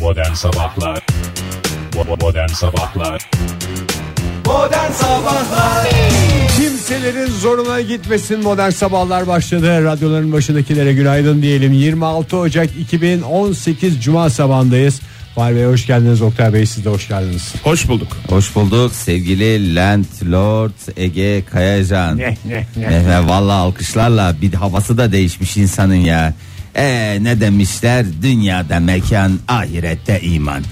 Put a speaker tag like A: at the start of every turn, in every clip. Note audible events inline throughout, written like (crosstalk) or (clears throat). A: Modern Sabahlar Bo- Modern Sabahlar
B: Modern Sabahlar
C: Kimselerin zoruna gitmesin modern sabahlar başladı. Radyoların başındakilere günaydın diyelim. 26 Ocak 2018 Cuma sabahındayız. Fahri Bey hoş geldiniz. Oktay Bey siz de hoş geldiniz.
A: Hoş bulduk
D: Hoş bulduk sevgili Landlord Ege Kayacan. Mehmet valla alkışlarla bir havası da değişmiş insanın ya. E ne demişler dünyada mekan ahirette iman.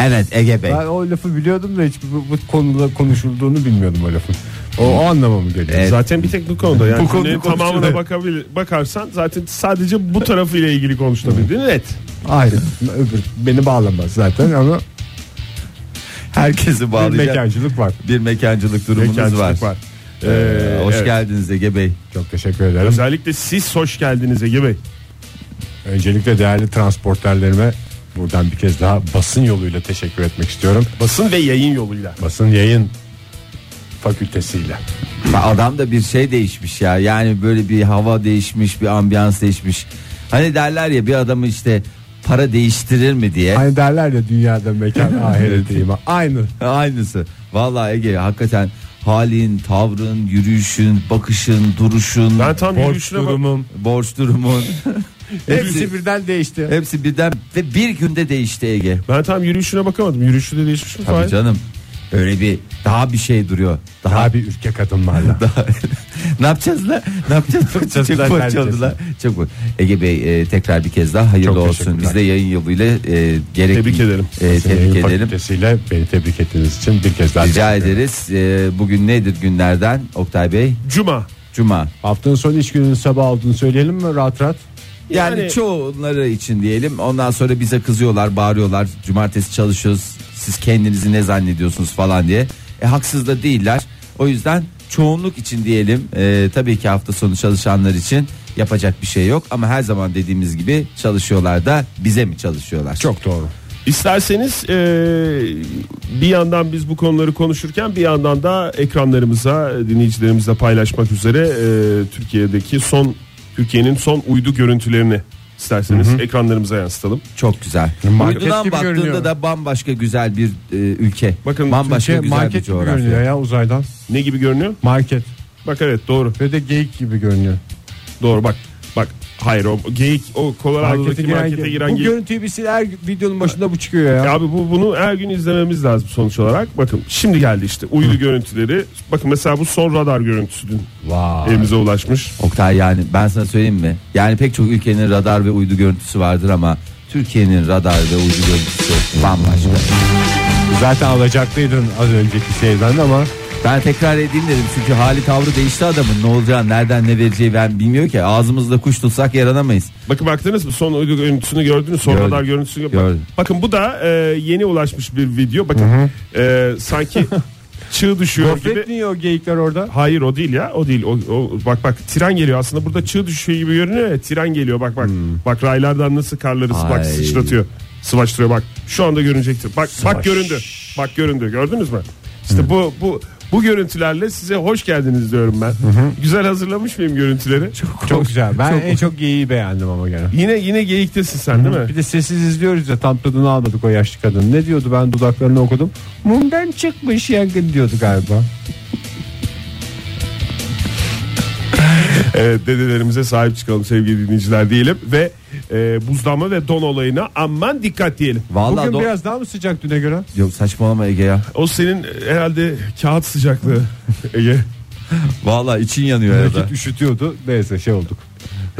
D: Evet Ege Bey.
C: Ben o lafı biliyordum da hiç bu, bu konuda konuşulduğunu bilmiyordum o lafın. O, o anlamı mı geliyor?
D: Evet.
E: Zaten bir tek bu konuda yani
C: Bu konu
E: cümlenin
C: konuşuluyor.
E: tamamına bakabil, bakarsan zaten sadece bu tarafıyla ilgili konuşulabildiğin net.
C: Hayır öbür beni bağlamaz zaten ama
D: Herkesi
C: bir
D: bağlayacak bir,
C: mekancılık var.
D: mekancılık durumunuz
E: Mekancılık
D: var.
E: var.
D: Ee, hoş
E: evet.
D: geldiniz Ege Bey.
C: Çok teşekkür ederim.
E: Özellikle siz hoş geldiniz Ege Bey.
C: Öncelikle değerli transporterlerime buradan bir kez daha basın yoluyla teşekkür etmek istiyorum.
E: Basın ve yayın yoluyla.
C: Basın yayın fakültesiyle.
D: Adam da bir şey değişmiş ya. Yani böyle bir hava değişmiş, bir ambiyans değişmiş. Hani derler ya bir adamı işte para değiştirir mi diye.
C: Hani derler ya dünyada
E: (laughs)
C: mekan ahiret iman. Aynı.
D: (laughs) Aynısı. Vallahi Ege hakikaten halin, tavrın, yürüyüşün, bakışın, duruşun,
E: Ben tam
C: Borç
E: yürüyüşüne bak-
C: durumum.
D: borç durumun. hepsi,
C: Hepsi birden değişti.
D: hepsi birden ve bir günde değişti Ege.
E: ben tam yürüyüşüne bakamadım. Yürüyüşü de değişmiş mi?
D: Tabii
E: Fahir?
D: canım. Öyle bir daha bir şey duruyor. Daha,
C: Daha bir ürkek
D: (laughs)
C: adımlarla.
D: daha- ne yapacağız la? Ne yapacağız? Çok
C: Çocuklar
D: borç la. Çok bu. Ege Bey e, tekrar bir kez daha hayırlı
C: Çok
D: olsun.
C: teşekkürler.
D: Biz de yayın yoluyla e, gerek
E: Tebrik ederim.
D: E,
C: Yayın
D: tebrik edelim.
C: fakültesiyle beni tebrik ettiğiniz için bir kez daha.
D: Rica
C: teşekkür ederim.
D: ederiz. E, bugün nedir günlerden Oktay Bey?
E: Cuma.
D: Cuma.
C: Haftanın son iş gününün sabah olduğunu söyleyelim mi rahat rahat?
D: Yani,
E: Yani-
D: çoğunları için diyelim. Ondan sonra bize kızıyorlar, bağırıyorlar. Cumartesi çalışıyoruz. Siz kendinizi ne zannediyorsunuz falan diye. E, haksız da değiller. O yüzden çoğunluk için diyelim. E, tabii ki hafta sonu çalışanlar için yapacak bir şey yok. Ama her zaman dediğimiz gibi çalışıyorlar da bize mi çalışıyorlar?
C: Çok doğru.
E: İsterseniz e, bir yandan biz bu konuları konuşurken bir yandan da ekranlarımıza dinleyicilerimizle paylaşmak üzere e, Türkiye'deki son Türkiye'nin son uydu görüntülerini isterseniz ekranlarımıza yansıtalım.
D: çok güzel.
C: Market
D: Uydudan
C: gibi
D: baktığında
C: görünüyor.
D: da bambaşka güzel bir e, ülke.
E: Bakın
D: bambaşka
C: Şey,
D: güzel bir
C: market gibi
D: coğrafya.
C: görünüyor ya uzaydan.
E: Ne gibi görünüyor?
C: Market.
E: Bak evet doğru.
C: Ve de geyik gibi görünüyor.
E: Doğru bak. Bak hayır o geyik o Colorado'daki markete giren
C: bu
E: geyik.
C: görüntüyü biz her videonun başında bu çıkıyor ya.
E: Ya Abi bu bunu her gün izlememiz lazım sonuç olarak. Bakın şimdi geldi işte uydu görüntüleri. Bakın mesela bu son radar görüntüsü dün
C: Vay.
E: elimize ulaşmış.
D: Oktay yani ben sana söyleyeyim mi? Yani pek çok ülkenin radar ve uydu görüntüsü vardır ama Türkiye'nin radar ve uydu görüntüsü bambaşka.
C: Zaten alacaklıydın az önceki şeyden ama
D: Ben tekrar edeyim dedim çünkü hali tavrı değişti adamın. Ne olacağı, nereden ne vereceği ben bilmiyor ki. Ağzımızda kuş tutsak yaranamayız.
E: Bakın baktınız mı son uydu görüntüsünü gördünüz son
D: Gördüm.
E: radar görüntüsünü bak-
D: Gördüm.
E: Bakın bu da e, yeni ulaşmış bir video. Bakın e, sanki
D: (laughs)
E: çığ düşüyor gibi.
C: gofret niye o geyikler orada?
E: Hayır o değil ya o değil o, o- bak bak tren geliyor aslında burada çığ düşüyor gibi görünüyor ya tren geliyor bak bak bak raylardan nasıl karları s-
D: Hmm. Ay.
E: bak sıçratıyor sıvaçtırıyor bak şu anda görünecektir bak bak göründü bak göründü gördünüz mü işte
D: Hmm.
E: bu bu bu görüntülerle size hoş geldiniz diyorum ben güzel hazırlamış mıyım görüntüleri
C: Çok güzel. Ben en çok geyiği beğendim ama gene.
E: yine yine geyiktesin sen değil mi
C: Bir de sessiz izliyoruz ya tam tadını almadık o yaşlı kadın. Ne diyordu ben dudaklarını okudum. Mumdan çıkmış yangın diyordu galiba.
E: evet dedelerimize sahip çıkalım sevgili dinleyiciler diyelim ve e, buzlanma ve don olayına aman dikkat diyelim
D: Vallahi
C: Bugün
D: do-
C: biraz daha mı sıcak düne göre?
D: Yok saçmalama Ege ya.
E: o senin e, herhalde
C: (laughs)
E: kağıt sıcaklığı Ege
D: Vallahi için yanıyor arada.
E: (laughs)
C: Vakit üşütüyordu. Neyse şey olduk.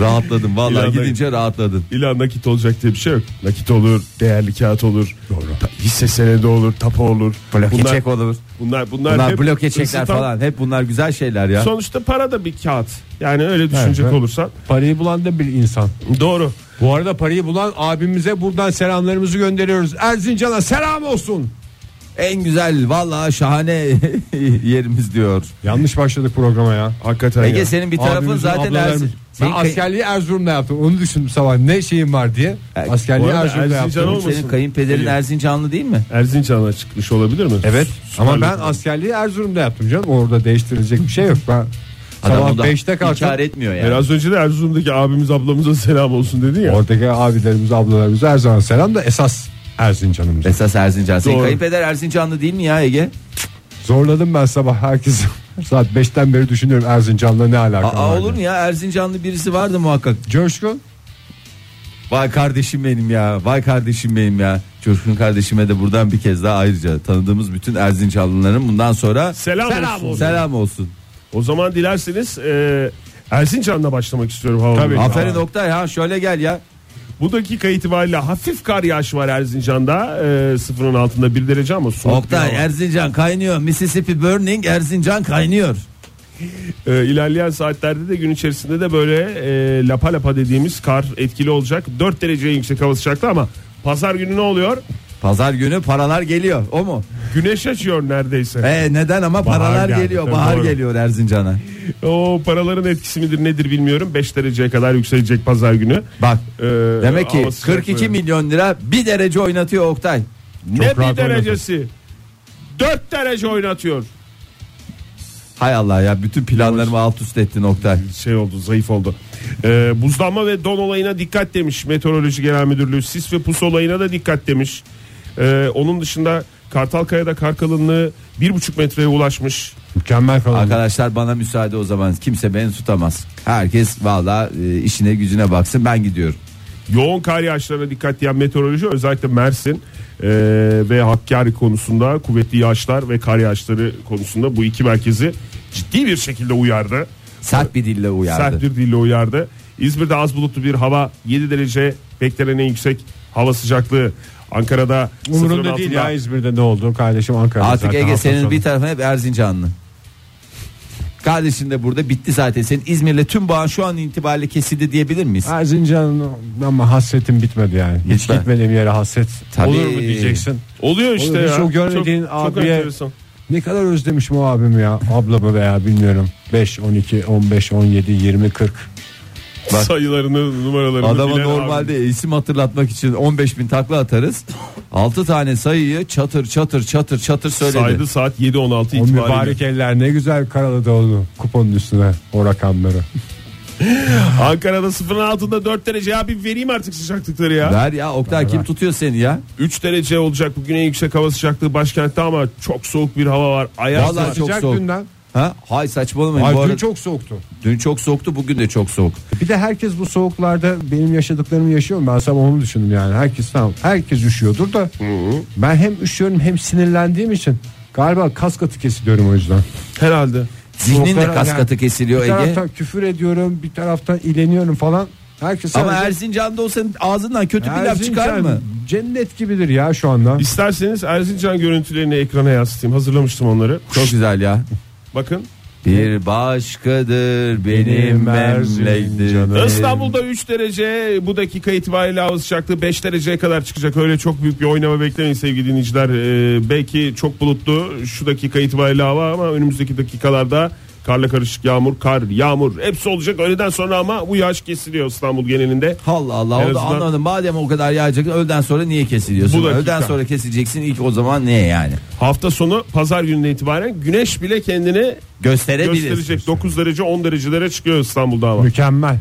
D: Rahatladım vallahi
E: İnanmayın.
D: gidince rahatladın.
E: İlla nakit olacak diye bir şey yok. Nakit olur, değerli kağıt olur, ta- hisse senedi olur, tapu olur.
D: Bloke çek olur.
E: bunlar, bunlar,
D: Bunlar
E: hep
D: bloke çekler
E: ısıtan-
D: falan. Hep bunlar güzel şeyler ya.
E: Sonuçta para da bir kağıt. Yani öyle düşünecek
C: Evet.
E: olursan.
C: Parayı bulan da bir insan.
E: Doğru.
C: Bu arada parayı bulan abimize buradan selamlarımızı gönderiyoruz. Erzincan'a selam olsun.
D: En güzel vallahi şahane (laughs) yerimiz diyor.
C: Yanlış başladık programa ya.
E: Hakikaten
D: Ege
E: ya.
D: senin bir tarafın
C: Abimizin,
D: zaten
C: ablalarımız.
D: Ersin.
C: Ben
D: Senin kay-
C: askerliği Erzurum'da yaptım. Onu düşündüm sabah. Ne şeyim var diye.
D: Evet.
C: Askerliği
E: Bu arada
C: Erzurum'da
E: Erzincan
C: yaptım.
E: olmasın?
D: senin kayınpederin
E: Ege.
D: Erzincanlı değil mi?
E: Erzincan'a çıkmış olabilir mi?
C: Evet
E: Süper
C: ama ben
E: Lig.
C: askerliği Erzurum'da yaptım canım. Orada değiştirilecek bir şey yok. Ben
D: Adam
C: sabah
D: onda
C: 5'te
D: inkar
C: kalktım.
D: etmiyor yani.
E: Biraz önce de Erzurum'daki abimiz ablamıza selam olsun dedi ya.
C: Oradaki abilerimiz, ablalarımız her zaman selam da esas Erzincan'ımız.
D: Esas Erzincan. Seni
E: Doğru.
D: kayıp eder Erzincanlı değil mi ya Ege?
C: Zorladım ben sabah herkesi. (laughs) Saat 5'ten beri düşünüyorum Erzincan'la ne alakalı.
D: Aa, olur mu ya Erzincanlı birisi vardı muhakkak.
C: Coşkun.
D: Vay kardeşim benim ya. Vay kardeşim benim ya. Coşkun kardeşime de buradan bir kez daha ayrıca tanıdığımız bütün Erzincanlıların bundan sonra
E: Selam, olsun.
D: selam olsun.
E: O zaman dilerseniz e, Erzincan'la başlamak istiyorum. havalı.
C: Tabii.
D: Aferin Oktay ha şöyle gel ya.
E: Bu dakika itibariyle hafif kar yağışı var Erzincan'da. E, sıfırın altında bir derece ama soğuk bir
D: Oktay
E: hava.
D: Erzincan kaynıyor. Mississippi burning Erzincan kaynıyor.
E: E, ilerleyen saatlerde de gün içerisinde de böyle e, lapa lapa dediğimiz kar etkili olacak. 4 dereceye yüksek hava sıcaklığı ama pazar günü ne oluyor?
D: Pazar günü paralar geliyor o mu?
E: Güneş açıyor neredeyse.
D: E neden ama
E: Bahar
D: paralar
E: geldi,
D: geliyor.
E: tabii,
D: Bahar
E: doğru.
D: geliyor Erzincan'a.
E: O paraların etkisi midir nedir bilmiyorum. 5 dereceye kadar yükselecek pazar günü.
D: Bak
E: Ee,
D: demek ki
E: hava sıcaklığı.
D: 42 milyon lira bir derece oynatıyor Oktay.
E: Ne
C: rahat
E: bir derecesi? 4 derece oynatıyor.
D: Hay Allah ya bütün planlarımı alt üst ettin Oktay.
E: Şey oldu zayıf oldu. Ee, buzlanma ve don olayına dikkat demiş Meteoroloji Genel Müdürlüğü. Sis ve pus olayına da dikkat demiş. Ee, onun dışında Kartalkaya'da kar kalınlığı 1,5 metreye ulaşmış.
C: Mükemmel kalın.
D: Arkadaşlar bana müsaade o zaman kimse beni tutamaz. Herkes valla e, işine gücüne baksın ben gidiyorum.
E: Yoğun kar yağışlarına dikkat diyen meteoroloji özellikle Mersin e, ve Hakkari konusunda kuvvetli yağışlar ve kar yağışları konusunda bu iki merkezi ciddi bir şekilde uyardı.
D: Sert bir dille uyardı.
E: Sert bir dille uyardı. İzmir'de az bulutlu bir hava 7 derece beklenen en yüksek hava sıcaklığı. Ankara'da sıfırın
C: Umurumda
E: altında
C: değil ya İzmir'de ne oldu kardeşim Ankara'da
D: Artık
C: zaten
D: Ege
C: hafta
D: senin
C: sonu.
D: bir tarafın hep Erzincanlı. Kardeşin de burada bitti zaten. Senin İzmir'le tüm bağın şu an itibariyle kesildi diyebilir miyiz?
C: Erzincan'ın ama hasretim bitmedi yani. Hiç
D: Bitmez.
C: gitmediğim yere hasret
D: Tabii.
C: olur mu diyeceksin.
E: Oluyor işte
C: Oğlum,
E: ya.
C: hiç o görmediğin abiye-
E: enteresan.
C: Ne kadar özlemişim o abimi ya ablamı veya bilmiyorum. 5, 12, 15, 17, 20, 40.
D: Bak.
E: sayılarını numaralarını
D: Adama
E: bilen
D: normalde isim hatırlatmak için 15 bin takla atarız. 6 tane sayıyı çatır çatır çatır çatır
E: abi.
D: söyledi.
E: saydı saat 7.16
C: O
E: itibariyle.
C: mübarek eller ne güzel karaladı onu kuponun üstüne o rakamları.
E: Ankara'da sıfırın altında 4 derece ya bir vereyim artık sıcaklıkları ya.
D: Ver ya Oktay kim tutuyor seni ya?
E: 3 derece olacak bugün en yüksek hava sıcaklığı başkentte ama çok soğuk bir hava var. Ayaz
D: Vallahi
E: var.
D: çok
C: Sıcak
D: soğuk.
C: günden.
D: Ha? Hay saçmalamayın.
C: Ay,
D: bu
C: dün
D: arada,
C: çok soğuktu.
D: dün çok soğuktu bugün de çok soğuk.
C: Bir de herkes bu soğuklarda benim yaşadıklarımı yaşıyor mu? Ben sabah onu düşündüm yani. Herkes tamam. Herkes üşüyordur da. Ben hem üşüyorum hem sinirlendiğim için. Galiba kas katı kesiliyorum o yüzden.
E: Herhalde.
D: Zihnin de
C: Soğuklara-
D: kaskatı
C: Yani
D: kesiliyor
C: Bir
D: Ege.
C: taraftan küfür ediyorum, bir taraftan ileniyorum falan. Herkes
D: Ama
C: sadece-
D: Erzincan'da olsan ağzından kötü bir laf
C: Erzincan
D: çıkar mı?
C: Cennet gibidir ya şu anda.
E: İsterseniz Erzincan görüntülerini ekrana yansıtayım. Hazırlamıştım onları.
D: Çok güzel ya.
E: Bakın.
D: Bir başkadır benim
C: Benim
D: memleketim. Ee,
C: Erzincan'ım.
E: İstanbul'da 3 derece bu dakika itibariyle hava sıcaklığı 5 dereceye kadar çıkacak. Öyle çok büyük bir oynama beklemeyin sevgili dinleyiciler. Ee, belki çok bulutlu şu dakika itibariyle hava ama önümüzdeki dakikalarda karla karışık yağmur, kar, yağmur hepsi olacak. Öğleden sonra ama bu yağış kesiliyor İstanbul genelinde.
D: Allah Allah
E: En
D: o da
E: azından-
D: anladım. Madem o kadar yağacak öğleden sonra niye kesiliyorsun?
E: Bu dakika.
D: Öğleden sonra keseceksin ilk o zaman ne yani?
E: Hafta sonu pazar gününe itibaren güneş bile kendini
D: Gösterebilir.
E: gösterecek. 9 derece 10 derecelere çıkıyor İstanbul'da hava.
C: Mükemmel.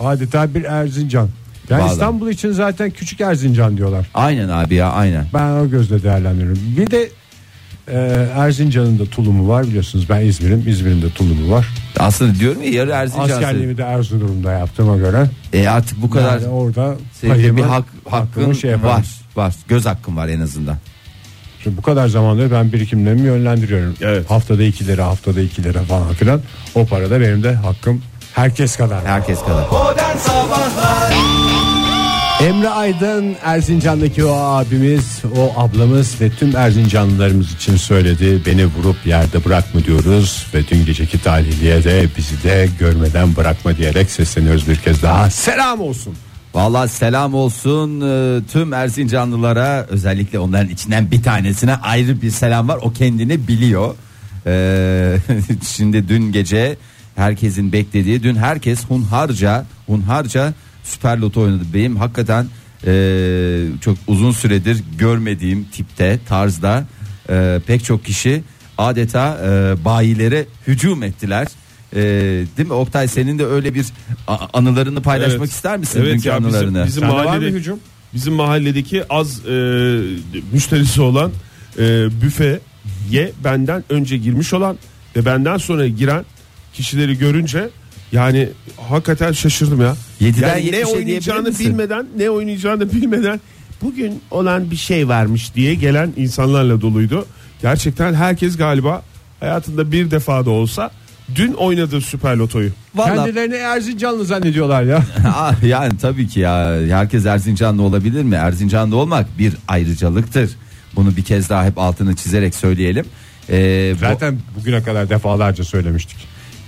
C: Adeta bir Erzincan. Yani
D: Vallahi.
C: İstanbul için zaten küçük Erzincan diyorlar.
D: Aynen abi ya aynen.
C: Ben o gözle değerlendiriyorum. Bir de e, Erzincan'ın da tulumu var biliyorsunuz. Ben İzmir'im. İzmir'in de tulumu var.
D: Aslında diyorum ya yarı Erzincan.
C: Askerliğimi de Erzurum'da yaptığıma göre.
D: E artık bu kadar
C: yani orada
D: sevdiğim bir
C: payımı,
D: hak,
C: hakkımı
D: hakkın
C: şey yaparım.
D: var. Var. Göz hakkın var en azından.
C: Şimdi bu kadar zamandır ben birikimlerimi yönlendiriyorum.
E: Evet.
C: Haftada iki lira, haftada iki lira falan filan. O parada benim de hakkım herkes kadar.
D: Herkes kadar.
B: Modern Sabahlar
C: Emre Aydın Erzincan'daki o abimiz, o ablamız ve tüm Erzincanlılarımız için söyledi. Beni vurup yerde bırakma diyoruz ve dün geceki talihliye de bizi de görmeden bırakma diyerek sesleniyoruz bir kez daha. Selam olsun.
D: Vallahi selam olsun e, tüm Erzincanlılara özellikle onların içinden bir tanesine ayrı bir selam var o kendini biliyor. Ee, (laughs) şimdi dün gece herkesin beklediği dün herkes hunharca hunharca süper loto oynadı benim hakikaten e, çok uzun süredir görmediğim tipte tarzda e, pek çok kişi adeta e, bayilere hücum ettiler. E, değil mi Oktay senin de öyle bir a- anılarını paylaşmak
E: Evet.
D: ister misin
E: Evet
D: dünkü
E: ya, bizim-
D: anılarını?
E: bizim
C: Sende var
E: mahallede-
C: mı hücum?
E: bizim mahalledeki az e, müşterisi olan e, büfeye benden önce girmiş olan ve benden sonra giren kişileri görünce yani hakikaten şaşırdım ya.
D: Yediden
E: yani ne
D: yetmişe diyebilir
E: oynayacağını
D: misin?
E: bilmeden ne oynayacağını bilmeden bugün olan bir şey varmış diye gelen insanlarla doluydu. Gerçekten herkes galiba hayatında bir defa da olsa dün oynadığı Süper Loto'yu.
D: Vallahi
C: Kendilerini Erzincanlı zannediyorlar ya.
D: (laughs) Ah, yani tabii ki ya herkes Erzincanlı olabilir mi? Erzincanlı olmak bir ayrıcalıktır. Bunu bir kez daha hep altını çizerek söyleyelim. Ee, bu-
C: (laughs) Zaten bugüne kadar defalarca söylemiştik.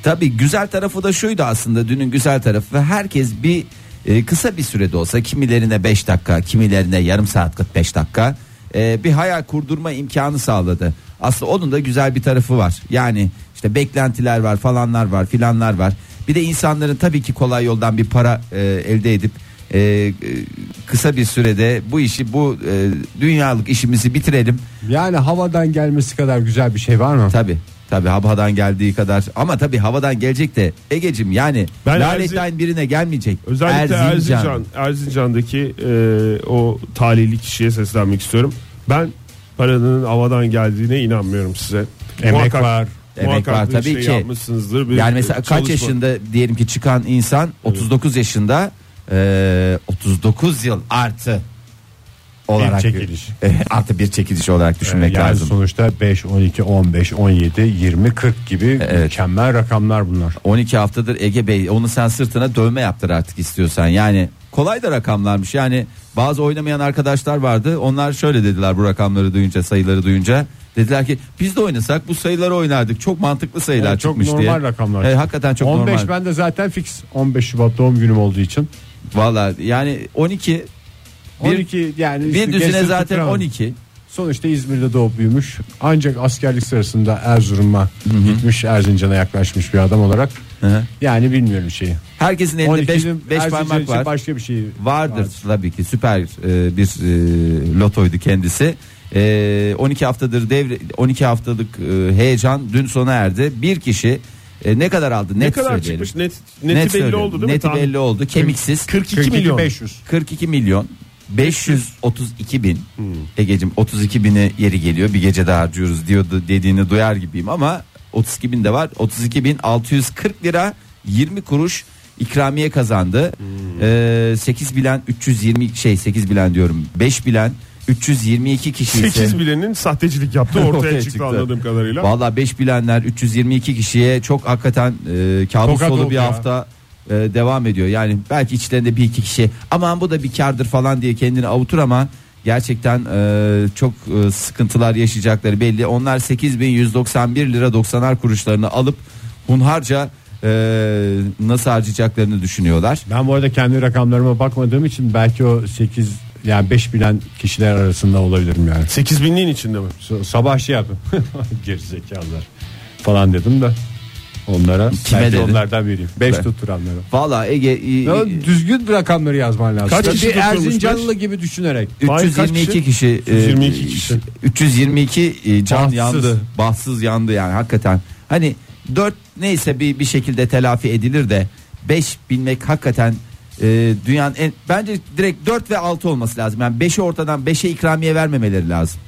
D: Tabii güzel tarafı da şuydu aslında dünün güzel tarafı herkes bir e, kısa bir sürede olsa kimilerine 5 dakika kimilerine yarım saat 45 dakika e, bir hayal kurdurma imkanı sağladı. Aslında onun da güzel bir tarafı var yani işte beklentiler var falanlar var filanlar var bir de insanların tabii ki kolay yoldan bir para e, elde edip e, e, kısa bir sürede bu işi bu e, dünyalık işimizi bitirelim
C: Yani havadan gelmesi kadar güzel bir şey var mı?
D: Tabi tabi havadan geldiği kadar ama tabi havadan gelecek de Egecim yani
E: Ben
D: lanetten
E: Erzi-
D: birine gelmeyecek.
E: Özellikle Erzincan. Erzincan'daki e, o talihli kişiye seslenmek istiyorum. Ben paranın havadan geldiğine inanmıyorum size.
C: Emek var.
D: Emek
E: muhakkak
D: var
E: bir
D: tabii
E: şey
D: ki.
E: Yapmışsınızdır bir
D: Yani mesela
E: e,
D: kaç
E: çalışma.
D: yaşında diyelim ki çıkan insan 39 yaşında e, 39 yıl artı olarak
C: çekiliş.
D: E, (laughs) artı bir çekiliş
E: Ee,
D: olarak düşünmek
C: Ee, yani
D: lazım.
C: sonuçta 5, 12, 15, 17, 20, 40 gibi mükemmel rakamlar bunlar.
D: 12 haftadır Ege Bey onu sen sırtına dövme yaptır artık istiyorsan. Yani kolay da rakamlarmış. Yani bazı oynamayan arkadaşlar vardı. Onlar şöyle dediler bu rakamları duyunca, sayıları duyunca. Dediler ki biz de oynasak bu sayıları oynardık. Çok mantıklı sayılar
C: Yani çok
D: çıkmış diye.
C: normal rakamlar.
D: E, hakikaten çok
C: 15
D: normal.
C: ben de zaten fix 15 Şubat doğum günüm olduğu için.
D: Valla yani 12 Bir-
C: 12 yani işte
D: bir düzine
C: gerisi
D: zaten
C: tutturamadım.
D: 12.
C: Sonuçta İzmir'de doğup büyümüş. Ancak askerlik sırasında Erzurum'a gitmiş Erzincan'a yaklaşmış bir adam olarak.
D: Hı hı.
C: Yani bilmiyorum şeyi.
D: Herkesin elinde 5
C: 12'nin Erzincan
D: parmak
C: için
D: var.
C: başka bir şey
D: Vardır
C: var.
D: tabii ki süper e, bir e, lotoydu kendisi. E, 12 haftadır devre 12 haftalık e, heyecan dün sona erdi. Bir kişi e, ne kadar aldı?
E: Ne
D: net
E: kadar
D: söyleyelim.
E: çıkmış net, neti belli
D: söyleyelim.
E: oldu değil mi?
D: Neti
E: Tahmin-
D: belli oldu. Kemiksiz
E: 42,
C: 42
E: milyon.
C: 500.
D: 42 milyon 532 bin Ege'cim 32 bini yeri geliyor bir gece daha harcıyoruz diyordu dediğini duyar gibiyim ama 32 bin de var 32 bin 640 lira 20 kuruş ikramiye kazandı ee, 8 bilen 320 şey 8 bilen diyorum 5 bilen 322 kişi ise
E: 8 bilenin
D: (laughs)
E: sahtecilik yaptığı ortaya çıktı anladığım kadarıyla.
D: Valla 5 bilenler 322 kişiye çok hakikaten e, kabus
C: Tokat
D: dolu
C: oldu
D: bir
C: ya.
D: hafta e, devam ediyor. Yani belki içlerinde bir iki kişi aman bu da bir kardır falan diye kendini avutur ama gerçekten e, çok e, sıkıntılar yaşayacakları belli. Onlar 8191 lira 90'ar kuruşlarını alıp hunharca e, nasıl harcayacaklarını düşünüyorlar.
C: Ben bu arada kendi rakamlarıma bakmadığım için belki o 8 yani 5 bilen kişiler arasında olabilirim yani.
E: 8 binliğin içinde mi?
C: S- Sabah şey yaptım. (laughs) Gerizekalılar falan dedim de onlara
D: Kime
C: belki
D: dedin?
C: onlardan biriyim. 5
D: Ben-
C: tutturanlara.
D: Valla Ege e, e,
C: Ya düzgün rakamları yazman lazım.
E: Kaç
C: Tabii
E: kişi
C: bir
E: tutturmuş
C: Erzincanlı gibi düşünerek.
E: Vay, kaç
D: 322 kişi, e,
E: 322 kişi.
D: 322 e, can
C: Bahtsız.
D: yandı. Bahtsız yandı yani hakikaten. Hani 4 neyse bir bir şekilde telafi edilir de 5 bilmek hakikaten e, dünyanın en bence direkt 4 ve 6 olması lazım. Yani 5'i ortadan 5'e ikramiye vermemeleri lazım.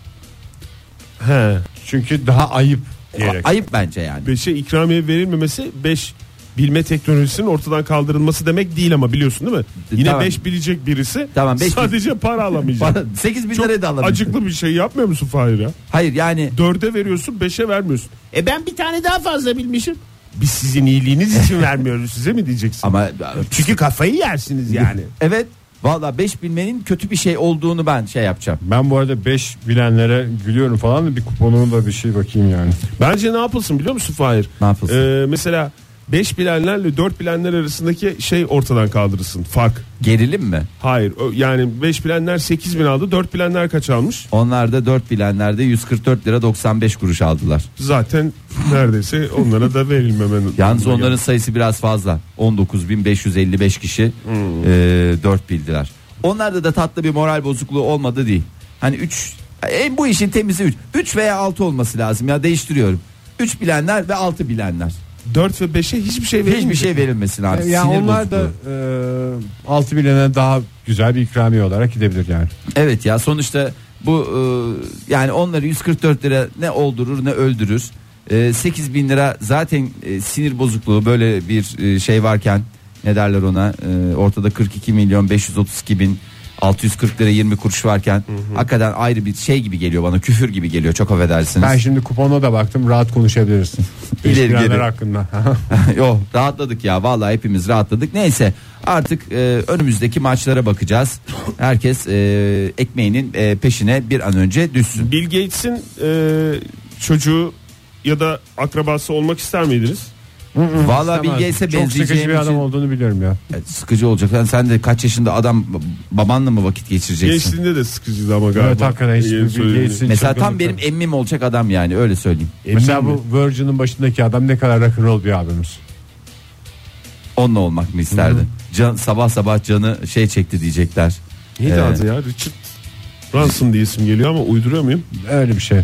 E: He.
C: Çünkü daha ayıp diyerek.
D: A- Ayıp bence yani.
E: 5'e ikramiye verilmemesi 5 bilme teknolojisinin ortadan kaldırılması demek değil ama biliyorsun değil mi? Yine
C: E,
D: Tamam.
E: 5 bilecek birisi
D: Tamam, beş-
E: sadece para alamayacak.
D: 8 bin
E: Çok
D: liraya da alamıyor.
E: acıklı bir şey yapmıyor musun Fahir ya?
D: Hayır yani
E: Dörde veriyorsun beşe vermiyorsun. E ben bir tane daha fazla bilmişim. Biz sizin iyiliğiniz için vermiyoruz size mi diyeceksin?
D: ama
E: Çünkü kafayı yersiniz yani.
D: evet valla 5 bilmenin kötü bir şey olduğunu ben şey yapacağım.
C: Ben bu arada 5 bilenlere gülüyorum falan da bir kuponuma da bir şey bakayım yani.
E: Bence ne yapılsın biliyor musun Fahir?
D: Ne yapılsın?
E: Ee, mesela 5 bilenlerle 4 bilenler arasındaki şey ortadan kaldırılsın fark.
D: Gerilim mi?
E: Hayır ö- yani 5 bilenler 8 bin aldı 4 bilenler kaç almış?
D: Onlar da 4 bilenlerde 144 lira 95 kuruş aldılar.
E: Zaten neredeyse onlara da verilmemen.
D: (laughs) Yalnız onların sayısı biraz fazla. 19.555 kişi 4 bildiler. Onlarda da tatlı bir moral bozukluğu olmadı değil. Hani 3 en bu işin temizi 3. 3 veya 6 olması lazım ya değiştiriyorum. 3 bilenler ve 6 bilenler.
E: 4 ve 5'e hiçbir şey verilmeyecek.
D: Hiçbir şey verilmesin abi.
C: Ya
D: Sinir
C: onlar da
D: bozukluğu.
C: e, altı bilene daha güzel bir ikramiye olarak gidebilir yani.
D: Evet ya sonuçta bu e, yani onları 144 lira ne oldurur ne öldürür. E, 8 bin lira zaten e, sinir bozukluğu böyle bir e, şey varken ne derler ona e, ortada 42 milyon 532 bin 640 lira 20 kuruş varken hakikaten ayrı bir şey gibi geliyor bana küfür gibi geliyor çok affedersiniz.
C: Ben şimdi kupona da baktım rahat konuşabilirsin.
D: İleri
C: İleri
D: geri.
C: hakkında.
D: (laughs) Yo rahatladık ya vallahi hepimiz rahatladık. Neyse artık e, önümüzdeki maçlara
C: (laughs)
D: bakacağız. Herkes e, ekmeğinin e, peşine bir an önce düşsün.
E: Bill Gates'in e, çocuğu ya da akrabası olmak ister miydiniz?
D: Vallahi Bill
C: Tamam.
D: Gates'e
C: Çok sıkıcı
D: benzeyeceğim
C: bir
D: için
C: adam olduğunu biliyorum ya.
D: E, sıkıcı olacak. Lan sen de kaç yaşında adam babanla mı vakit geçireceksin?
E: Gençliğinde de sıkıcıydı ama galiba.
C: Evet hakikaten hiç
E: Yeni
C: Bill
E: söylediğini.
C: Gates'in
D: Mesela tam
C: çılgınlıkları.
D: benim emmim olacak adam yani öyle söyleyeyim.
C: Mesela bu Virgin'in başındaki adam ne kadar rock'n'roll bir abimiz.
D: Onunla olmak mı isterdin? Can, sabah sabah canı şey çekti diyecekler.
E: Neydi
D: Ee,
E: adı ya? Richard Branson diye isim geliyor ama uyduruyor muyum?
C: Öyle bir şey.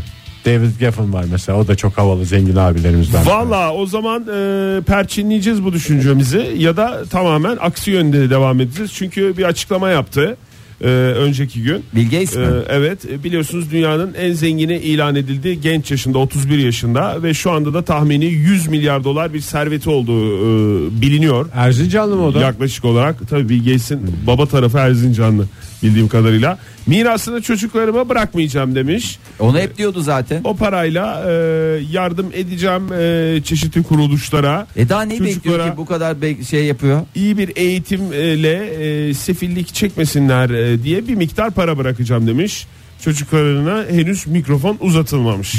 C: David Geffen var mesela o da çok havalı zengin abilerimizden.
E: Valla o zaman e, perçinleyeceğiz bu düşüncemizi ya da tamamen aksi yönde devam edeceğiz. Çünkü bir açıklama yaptı e, önceki gün.
D: Bill Gates
E: E,
D: mi?
E: evet e, biliyorsunuz dünyanın en zengini ilan edildi genç yaşında 31 yaşında ve şu anda da tahmini 100 milyar dolar bir serveti olduğu e, biliniyor.
C: Erzincanlı mı o da?
E: Yaklaşık olarak tabii Bill Gates'in baba tarafı Erzincanlı bildiğim kadarıyla. Mirasını çocuklarıma bırakmayacağım demiş.
D: Onu hep diyordu zaten.
E: O parayla e, yardım edeceğim e, çeşitli kuruluşlara.
D: E daha ne bekliyor
E: çocuklara-
D: ki bu kadar be- şey yapıyor?
E: iyi bir eğitimle e, sefillik çekmesinler e, diye bir miktar para bırakacağım demiş. Çocuklarına henüz mikrofon uzatılmamış.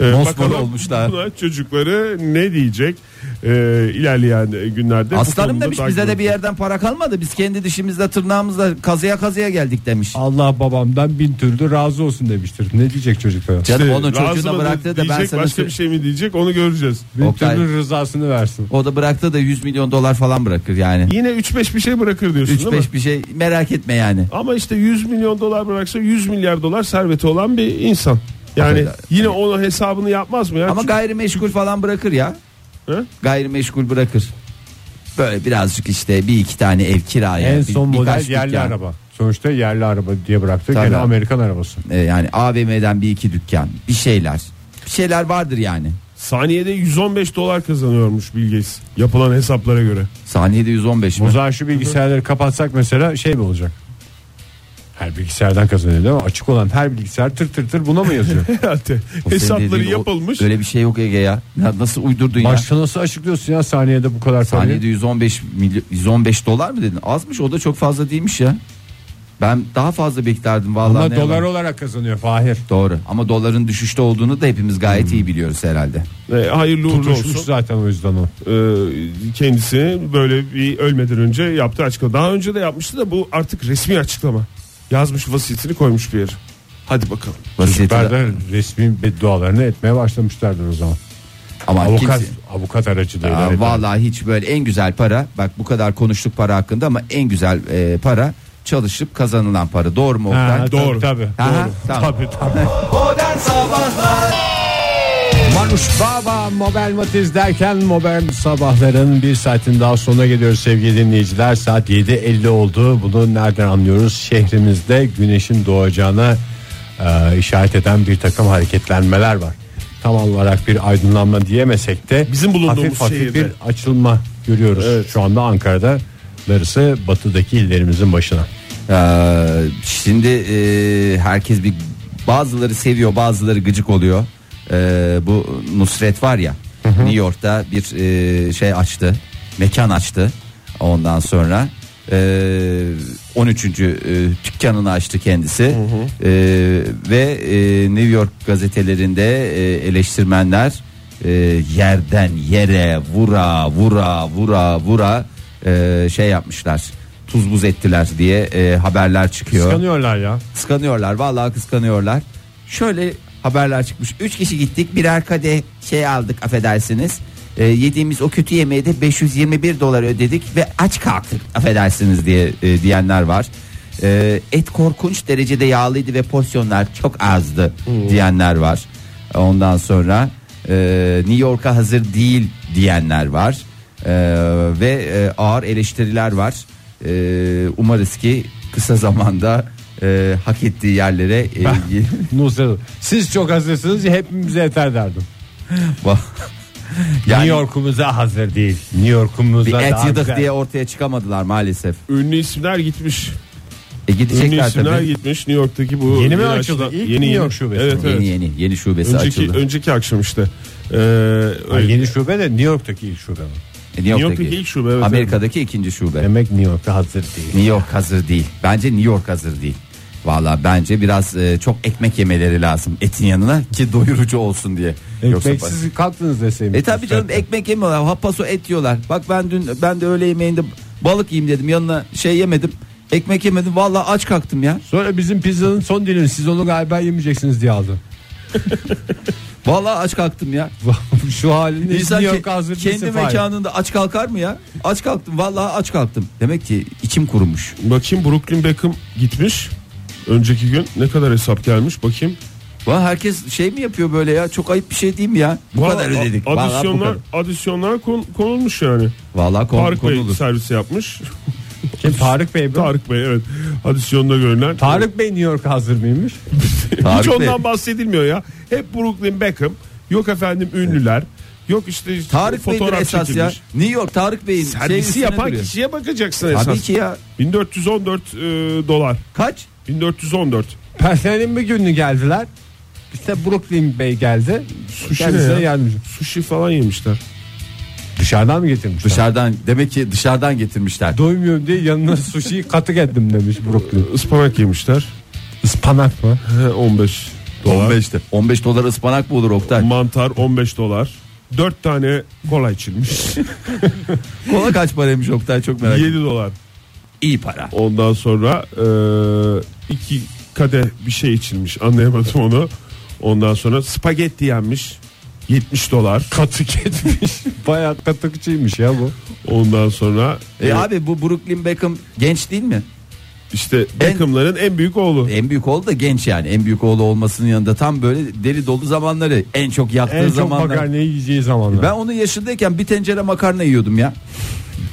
E: E,
D: Mosmor olmuşlar.
E: Buna çocukları ne diyecek e, ilerleyen günlerde? bu
D: Aslanım
E: konuda
D: demiş
E: takip
D: bize de bir
E: edeceğiz.
D: yerden para kalmadı. Biz kendi dişimizle tırnağımızla kazıya kazıya geldik demiş.
C: Allah babamdan bin türlü razı olsun demiştir. Ne diyecek çocuklara?
D: Canım onun
E: Razı
D: çocuğuna
E: mı
D: bıraktığı da ben
E: diyecek,
D: sana
E: başka bir
D: sö-
E: şey mi diyecek onu göreceğiz.
C: Bin
D: Oktay.
C: türlü rızasını versin.
D: O da bıraktığı da 100 milyon dolar falan bırakır yani.
E: Yine 3-5 bir şey bırakır diyorsun değil mi?
D: 3-5 bir şey merak etme yani.
E: Ama işte 100 milyon dolar bıraksa 100 milyar dolar serveti olan bir insan. Yani
D: Affeder.
E: yine onun hesabını yapmaz mı ya?
D: Ama
E: Çünkü-
D: gayrimeşgul falan bırakır ya.
E: He?
D: Gayrimeşgul bırakır. Böyle birazcık işte bir iki tane ev kiraya.
C: en
D: bir-
C: son
D: birkaç
C: model yerli
D: dükkan.
C: araba. Sonuçta yerli araba diye bıraktı.
D: Tabii
C: Gene
D: abi.
C: Amerikan arabası.
D: Ee, yani AVM'den bir iki dükkan. Bir şeyler. Bir şeyler vardır yani.
E: Saniyede 115 dolar kazanıyormuş Bill Gates yapılan hesaplara göre. (laughs)
D: Saniyede 115 mi?
C: O zaman şu bilgisayarları kapatsak mesela şey mi olacak? Her bilgisayardan kazanıyor değil mi? Açık olan her bilgisayar tır tır tır buna
D: (laughs)
C: mı yazıyor?
E: Herhalde
D: O senin
E: hesapları
D: dediğin o-
E: yapılmış.
D: Öyle bir şey yok Ege ya. Ya Nasıl uydurdun ya?
C: Başka şey. nasıl açıklıyorsun ya saniyede bu kadar parayı?
D: Saniyede 115 milyon 115 dolar mı dedin? Azmış o da çok fazla değilmiş ya. Ben daha fazla beklerdim vallahi.
C: Ama
D: ne
C: dolar
D: yalan.
C: olarak kazanıyor Fahir.
D: Doğru. Ama doların düşüşte olduğunu da hepimiz gayet iyi biliyoruz herhalde.
E: Ee, hayırlı uğurlu
C: Tutuşmuş
E: olsun.
C: zaten o yüzden o.
E: Ee, kendisi böyle bir ölmeden önce yaptığı açıklama. Daha önce de yapmıştı da bu artık resmi açıklama. Yazmış vasiyetini koymuş bir yere. Hadi bakalım.
D: Vasiyeti de-
C: Berden resmi beddualarını etmeye başlamışlardır o zaman.
D: Ama
C: avukat
D: kimse-
C: avukat aracı da
D: Aa,
C: ileride.
D: vallahi hiç böyle en güzel para bak bu kadar konuştuk para hakkında ama en güzel e, para çalışıp kazanılan para doğru mu
C: Ha,
D: Oktay?
C: tabii, Tabii,
D: Aha,
C: doğru.
D: tamam.
C: Tabii, tabii.
B: Modern Sabahlar
C: Manuş Baba Mobel Matiz derken Mobel Sabahların bir saatin daha sonuna geliyoruz sevgili dinleyiciler. Saat 7.50 oldu. Bunu nereden anlıyoruz? Şehrimizde güneşin doğacağına e, işaret eden bir takım hareketlenmeler var. Tam olarak bir aydınlanma diyemesek de
E: Bizim bulunduğumuz
C: hafif hafif
E: şehirde.
C: bir açılma görüyoruz. Şu anda Ankara'da darısı batıdaki illerimizin başına.
D: Ee, şimdi e, herkes bir bazıları seviyor bazıları gıcık oluyor. Ee, bu Nusret var ya New York'ta bir e, şey açtı mekan açtı ondan sonra e, 13. e, dükkanını açtı kendisi E, ve e, New York gazetelerinde e, eleştirmenler e, yerden yere vura vura vura vura e, şey yapmışlar tuz buz ettiler diye e, haberler çıkıyor.
C: Kıskanıyorlar ya.
D: Kıskanıyorlar vallahi kıskanıyorlar. Şöyle haberler çıkmış. 3 kişi gittik birer kadeh şey aldık affedersiniz. E, yediğimiz o kötü yemeğe de 521 dolar ödedik ve aç kalktık affedersiniz diye e, diyenler var. E, et korkunç derecede yağlıydı ve porsiyonlar çok azdı diyenler var. Ondan sonra e, New York'a hazır değil diyenler var E, ve e, ağır eleştiriler var. E, umarız ki kısa zamanda e, hak ettiği yerlere e,
E: (laughs)
C: Nusret siz çok hazırsınız hepimize yeter derdim.
D: yani
C: New York'umuza hazır değil. New
D: bir
C: York'umuza
D: et
C: daha
D: yıdık
C: güzel.
D: diye ortaya çıkamadılar maalesef.
E: Ünlü isimler gitmiş.
D: E
E: Ünlü
D: gidecekler
E: isimler
D: tabii.
E: gitmiş New York'taki bu
C: Yeni mi
E: yeni
C: açıldı?
E: açılan-
C: İlk
E: yeni
C: New
E: yeni.
C: York şubesi
E: Evet,
C: mi?
E: evet.
D: Yeni yeni yeni şubesi
E: Önceki
D: açıldı.
E: önceki akşam işte. Ee,
C: Ay,
E: öyle.
C: yeni şube de New York'taki ilk şube mi?
D: E, New York'taki,
E: York'taki ilk şube, evet,
D: Amerika'daki ikinci şube.
C: Demek New York'ta hazır değil.
D: New York hazır değil. Bence New York hazır değil. Valla bence biraz e, çok ekmek yemeleri lazım etin yanına ki doyurucu olsun diye. Yoksa-
C: Ekmeksiz kalktınız deseyim.
D: E tabii canım ekmek yemiyorlar. Hapaso et yiyorlar. Bak ben dün ben de öğle yemeğinde balık yiyeyim dedim. Yanına şey yemedim. Ekmek yemedim. Valla aç kalktım ya.
C: Sonra bizim pizzanın son dilini siz onu galiba yemeyeceksiniz diye aldı. (laughs)
D: Valla aç kalktım ya.
C: Şu halinde
D: İnsan ke-
C: New York hazır
D: kendi
C: değilse fay.
D: mekanında aç kalkar mı ya? Aç kalktım. Valla aç kalktım. Demek ki içim kurumuş.
E: Bakayım Brooklyn Beckham gitmiş. Önceki gün ne kadar hesap gelmiş bakayım.
D: Valla herkes şey mi yapıyor böyle ya? Çok ayıp bir şey değil mi ya? Bu
E: Valla
D: kadar ödedik.
E: a-
D: Valla bu
E: Adisyonlar,
D: kadar.
E: adisyonlar kon- konulmuş yani.
D: Valla kon-
E: Tarık Bey
D: konulur. (laughs)
E: servisi yapmış.
C: Kim Tarık Bey mi? Tarık,
E: Tarık Bey evet. Adisyonda görünen.
C: Bey New York'a hazır mıymış?
D: Tarık
E: Hiç
D: Bey.
E: ondan bahsedilmiyor ya. Hep Brooklyn Beckham. Yok efendim ünlüler. Yok işte, işte
D: Tarık Bey'dir
E: fotoğraf
D: esas ya.
E: çekilmiş.
D: New York Tarık Bey'in
E: Servisi
D: sevgisine
E: yapan
D: duruyor.
E: kişiye bakacaksın
D: Tabii
E: esas.
D: ki ya.
E: 1414 e, dolar.
D: Kaç?
E: 1414.
C: Perşembe günü geldiler. İşte Brooklyn Bey geldi.
E: Sushi ne
C: Kendisine
E: ya?
C: yardımcı.
E: Sushi falan yemişler.
C: Dışarıdan mı getirmişler?
D: Dışarıdan demek ki dışarıdan getirmişler.
C: Doymuyorum diye yanına sushi'yi katık ettim demiş Brooklyn.
E: Ispanak yemişler.
C: Ispanak mı?
E: He, 15 dolar.
D: 15 de. 15 dolar ıspanak mı olur Oktay?
E: Mantar 15 dolar. 4 tane kola içilmiş.
D: Kola kaç paraymış Oktay çok merak ediyorum.
E: 7 dolar.
D: İyi para.
E: Ondan sonra e, iki kadeh bir şey içilmiş. Anlayamadım onu. Ondan sonra spagetti yenmiş. 70 dolar.
C: Katık
E: (laughs)
C: etmiş. Bayağı katıkçıymış ya bu.
E: Ondan sonra
D: E abi bu Brooklyn Beckham genç değil mi?
E: işte Beckham'ların en büyük oğlu.
D: En büyük oğlu da genç yani. En büyük oğlu olmasının yanında tam böyle deli dolu zamanları. En çok yaktığı
C: En çok
D: zamanlar.
C: makarnayı yiyeceği zamanlar.
D: Ben onun yaşındayken bir tencere makarna yiyordum ya.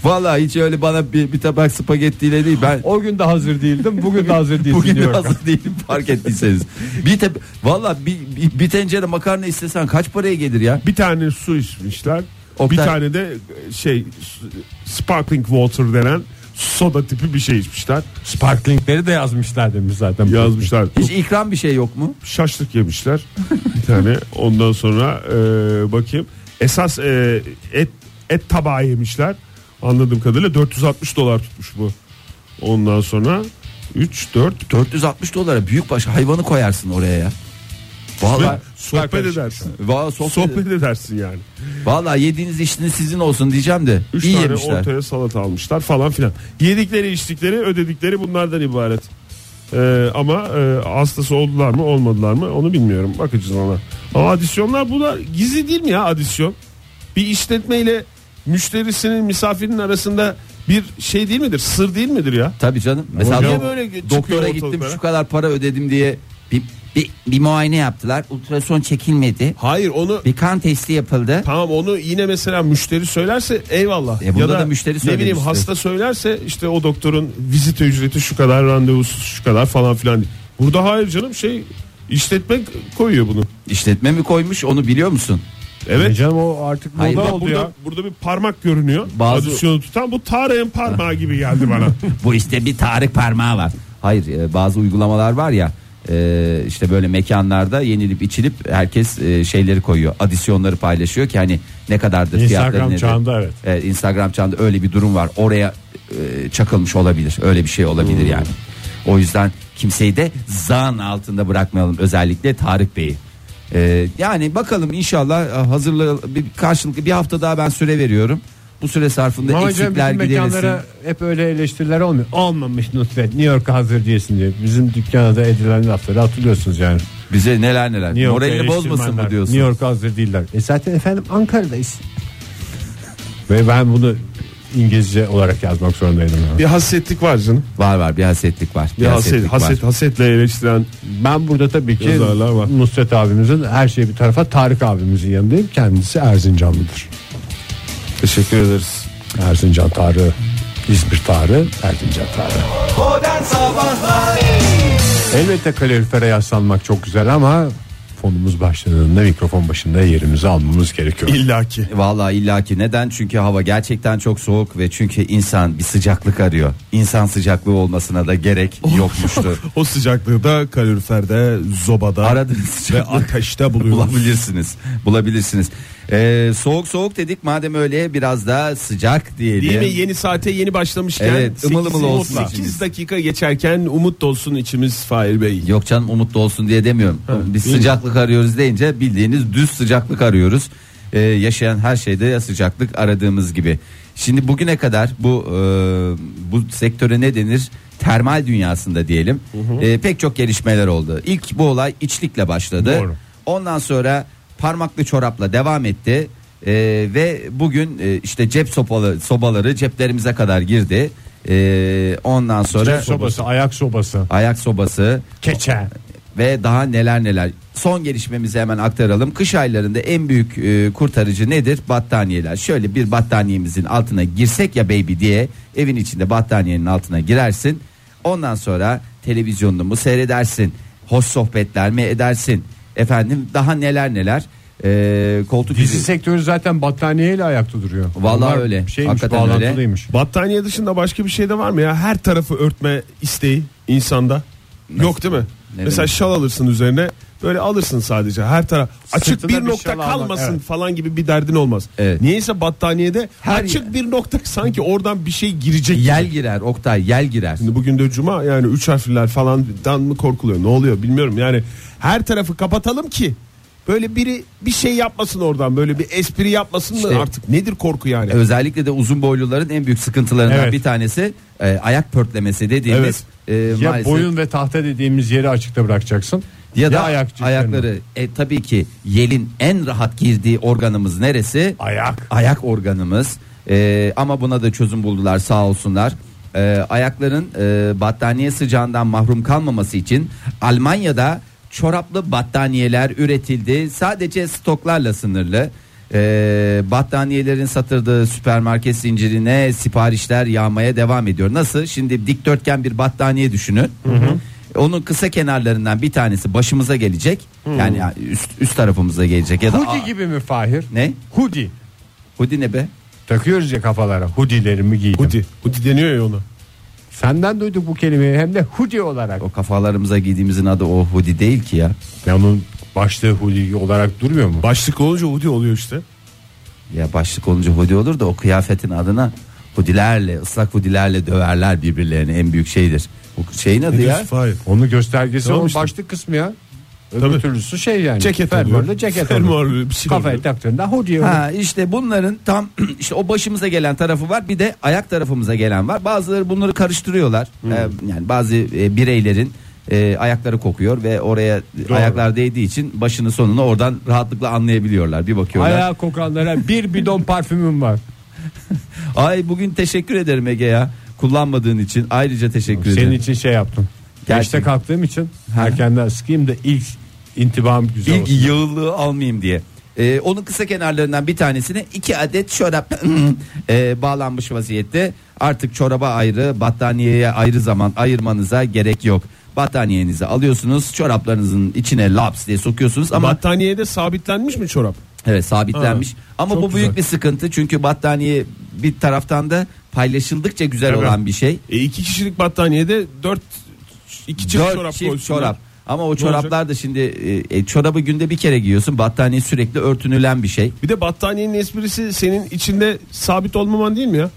D: Vallahi hiç öyle bana bir, bir tabak spagettiyle değil. Ben
C: O gün de hazır değildim. Bugün de hazır değilsin
D: Bugün
C: diyor.
D: de hazır değilim fark
E: (laughs)
D: ettiyseniz. bir te valla bir, bir, bir tencere makarna istesen kaç paraya gelir ya?
E: Bir tane su içmişler.
D: Oktay-
E: Bir tane de e, şey s- sparkling water denen soda tipi bir şey içmişler.
C: Sparklingleri de yazmışlar demiş zaten.
E: Yazmışlar.
D: Hiç ikram bir şey yok mu?
E: şaşlık yemişler bir tane. Ondan sonra e, bakayım esas e, et et tabağı yemişler. Anladığım kadarıyla 460 dolar tutmuş bu. Ondan sonra 3 4
D: 460 dolara büyük baş hayvanı koyarsın oraya ya. Valla
E: sohbet
C: Bak-
E: edersin.
D: valla sohbet-
E: Sohbet edersin yani.
D: valla yediğiniz içtiğiniz sizin olsun diyeceğim de
E: 3
D: iyi
E: tane
D: yemişler.
E: ortaya salata almışlar falan filan. Yedikleri, içtikleri, ödedikleri bunlardan ibaret. E, ama e, hastası oldular mı, olmadılar mı onu bilmiyorum. Bakacağız ona. Ama adisyonlar bunlar gizli değil mi ya adisyon? bir işletme ile müşterisinin misafirinin arasında bir şey değil midir? Sır değil midir ya?
D: Tabii canım. Mesela
E: niye
D: do-
E: böyle çıkıyor
D: doktora gittim
E: ortalıklara?
D: şu kadar para ödedim diye bir, bir, bir muayene yaptılar. Ultrason çekilmedi.
E: Hayır onu
D: Bir kan testi yapıldı.
E: tamam onu yine mesela müşteri söylerse eyvallah.
D: E bunda da müşteri
E: ne bileyim
D: söylemiştir.
E: hasta söylerse işte o doktorun vizite ücreti şu kadar randevusu şu kadar falan filan. diye. Burada hayır canım şey işletme koyuyor bunu.
D: İşletme mi koymuş onu biliyor musun?
C: E
E: Evet.
C: canım o artık moda
D: Hayır,
E: Burada,
C: oldu
E: burada,
C: ya.
E: burada bir parmak görünüyor.
D: Bazı-
E: Adisyonu tutan bu Tarık'ın parmağı gibi
D: (laughs)
E: geldi bana.
D: Bu işte bir Tarık parmağı var. Hayır e, bazı uygulamalar var ya e, işte böyle mekanlarda yenilip içilip herkes e, şeyleri koyuyor. Adisyonları paylaşıyor ki hani ne kadardır
C: Instagram
D: fiyatları nedir?
C: çağında evet.
D: Evet, Instagram çağında öyle bir durum var. Oraya e, çakılmış olabilir. Öyle bir şey olabilir
C: Hmm.
D: yani. O yüzden kimseyi de zan altında bırakmayalım özellikle Tarık Bey'i. E, yani bakalım inşallah e, hazırla bir karşılıklı bir hafta daha ben süre veriyorum. Bu süre sarfında
C: Ama canım
D: eksikler
C: bütün
D: giderilsin.
C: mekanlara hep öyle eleştiriler olmuyor. Olmamış Nusret New York'a hazır diyesin diye. Bizim dükkana da edilen lafları hatırlıyorsunuz yani.
D: Bize neler neler.
C: New York'a
D: Moralini bozmasın
C: eleştirmenler,
D: mı diyorsun?
C: New York'a hazır değiller. E zaten efendim Ankara'dayız. Ve ben bunu İngilizce olarak yazmak zorundaydım. ya.
E: Bir hasetlik var canım.
D: Var var bir hasetlik var.
E: Bir haset, haset, hasetle eleştiren
C: Ben burada tabii ki
E: Yazarlar var.
C: Nusret abimizin her şeyi bir tarafa Tarık abimizin yanındayım. Kendisi Erzincanlıdır.
E: teşekkür ederiz.
C: Erzincan Tarık, İzmir Tarık, Erzincan Tarık.
B: Modern Sabahlar
C: Elbette kalorifere yaslanmak çok güzel ama fonumuz başladığında mikrofon başında yerimizi almamız gerekiyor.
E: İllaki.
D: Vallahi illaki neden? Çünkü hava gerçekten çok soğuk ve çünkü insan bir sıcaklık arıyor. İnsan sıcaklığı olmasına da gerek
E: Oh. (laughs)
D: yokmuştur.
E: O sıcaklığı da kaloriferde, zobada
D: Aradığınız
E: ve
D: sıcaklığı
E: ateşte buluyoruz.
D: bulabilirsiniz. Bulabilirsiniz. Ee, soğuk soğuk dedik madem öyle biraz da sıcak diyelim.
E: Değil mi? Yeni saate yeni başlamışken
D: Evet, ımıl ımıl olsun
E: 8
D: içimiz.
E: dakika geçerken umut dolsun içimiz Fahir Bey.
D: Yok canım umutlu olsun diye demiyorum. Biz sıcaklık arıyoruz deyince bildiğiniz düz sıcaklık arıyoruz. Ee, yaşayan her şeyde ya sıcaklık aradığımız gibi. Şimdi bugüne kadar bu e, bu sektöre ne denir? Termal dünyasında diyelim. E, pek çok gelişmeler oldu. İlk bu olay içlikle başladı.
C: Doğru.
D: Ondan sonra parmaklı çorapla devam etti. E, ve bugün e, işte cep sopalı, sobaları ceplerimize kadar girdi. E, ondan sonra
C: Cep sobası, ayak sobası,
D: ayak sobası
C: keçe.
D: ve daha neler neler. Son gelişmemizi hemen aktaralım. Kış aylarında en büyük e, kurtarıcı nedir? Battaniyeler. Şöyle bir battaniyemizin altına girsek ya baby diye evin içinde battaniyenin altına girersin. Ondan sonra televizyonunu mu seyredersin? Hoş sohbetler mi edersin? Efendim daha neler neler. E, koltuk
C: Dizi
D: izi-
C: sektörü zaten battaniyeyle ayakta duruyor.
D: Vallahi
C: Onlar
D: öyle.
C: Şeymiş,
D: Hakikaten öyle.
C: bağlantılıymış.
E: Battaniye dışında başka bir şey de var mı ya? Her tarafı örtme isteği insanda. Yok değil mi?
D: Ne
E: Mesela
D: demek?
E: şal alırsın üzerine. Böyle alırsın sadece her taraf. Açık
C: Sırtına
E: bir,
C: bir
E: nokta
C: şal almak,
E: kalmasın
C: evet.
E: falan gibi bir derdin olmaz.
D: Evet.
E: Niyeyse battaniyede
D: Her
E: açık bir nokta sanki oradan bir şey girecek. gibi.
D: Yel girer Oktay yel girer.
E: Şimdi bugün de cuma yani üç harfliler falandan mı korkuluyor ne oluyor bilmiyorum yani her tarafı kapatalım ki böyle biri bir şey yapmasın oradan böyle bir espri yapmasın
D: İşte-
E: da artık nedir korku yani
D: Özellikle de uzun boyluların en büyük sıkıntılarından
C: Evet.
D: bir tanesi e, ayak pörtlemesi dediğimiz e,
C: Ya
D: maalesef-
C: boyun ve tahta dediğimiz yeri açıkta bırakacaksın.
D: Ya da
C: ayak ciltlerini.
D: ayakları. E, tabii ki yelin en rahat girdiği organımız neresi?
C: Ayak.
D: Ayak organımız. E, ama buna da çözüm buldular sağ olsunlar. E, ayakların e, battaniye sıcağından mahrum kalmaması için Almanya'da çoraplı battaniyeler üretildi. Sadece stoklarla sınırlı. E, battaniyelerin satıldığı süpermarket zincirine siparişler yağmaya devam ediyor. Nasıl? Şimdi dikdörtgen bir battaniye düşünün. Onun kısa kenarlarından bir tanesi başımıza gelecek. Yani üst, üst tarafımıza gelecek ya da
C: Hoodie gibi mi Fahir?
D: ne?
C: Hoodie.
D: Hoodie ne be?
C: Takıyoruz ya kafalara. Hoodie'lerimi giydim.
E: Hudi hudi deniyor ya ona
C: Senden duyduk bu kelimeyi hem de hoodie olarak.
D: O kafalarımıza giydiğimizin adı o hoodie değil ki ya.
C: Ya onun başlığı hoodie olarak durmuyor mu?
E: başlık olunca hudi oluyor işte
D: Ya başlık olunca hoodie olur da o kıyafetin adına hoodilerle ıslak hoodilerle döverler birbirlerini en büyük şeydir. O şeyin adı ya.
E: Fahir.
C: Onun göstergesi
E: Tamam
C: onun
E: işte.
C: başlık kısmı ya. Öbür
E: Tabii.
C: türlüsü şey yani.
E: Ceket
C: fermuarlı
E: oluyor.
C: ceket
E: Fermuarlı
C: oluyor.
E: bir şey
C: Kafaya
E: oluyor.
C: taktığında hoodie oluyor.
D: Ha işte bunların tam (clears throat) işte o başımıza gelen tarafı var bir de ayak tarafımıza gelen var. Bazıları bunları karıştırıyorlar. Ee, yani bazı e, bireylerin e, ayakları kokuyor ve oraya ayaklar değdiği için başını sonunu oradan rahatlıkla anlayabiliyorlar. Bir bakıyorlar.
C: Ayağa kokanlara bir bidon parfümüm var.
D: Ay bugün teşekkür ederim Ege ya. Kullanmadığın için ayrıca teşekkür
C: Senin
D: ederim.
C: için şey yaptım.
D: Gerçekten.
C: Geçte kalktığım için erkenden sıkayım da ilk intibam güzel
D: İlk
C: olsun.
D: yığılığı almayayım diye. Ee, onun kısa kenarlarından bir tanesine iki adet çorap (clears throat) ee, bağlanmış vaziyette. Artık çoraba ayrı, battaniyeye ayrı zaman ayırmanıza gerek yok. Battaniyenizi alıyorsunuz, çoraplarınızın içine laps diye sokuyorsunuz ama
E: battaniyede sabitlenmiş mi çorap
D: evet sabitlenmiş.
E: Ha,
D: ama
E: çok
D: bu büyük
E: güzel.
D: bir sıkıntı çünkü battaniye bir taraftan da paylaşıldıkça güzel
E: Tabii.
D: olan bir şey.
E: e, iki kişilik battaniyede dört iki çift
D: Dört
E: çorap
D: çift
E: koysunlar.
D: çorap. Ama o çoraplar da şimdi e, e, çorabı günde bir kere giyiyorsun. Battaniye sürekli örtünülen bir şey.
E: bir de battaniyenin esprisi senin içinde sabit olmaman değil mi ya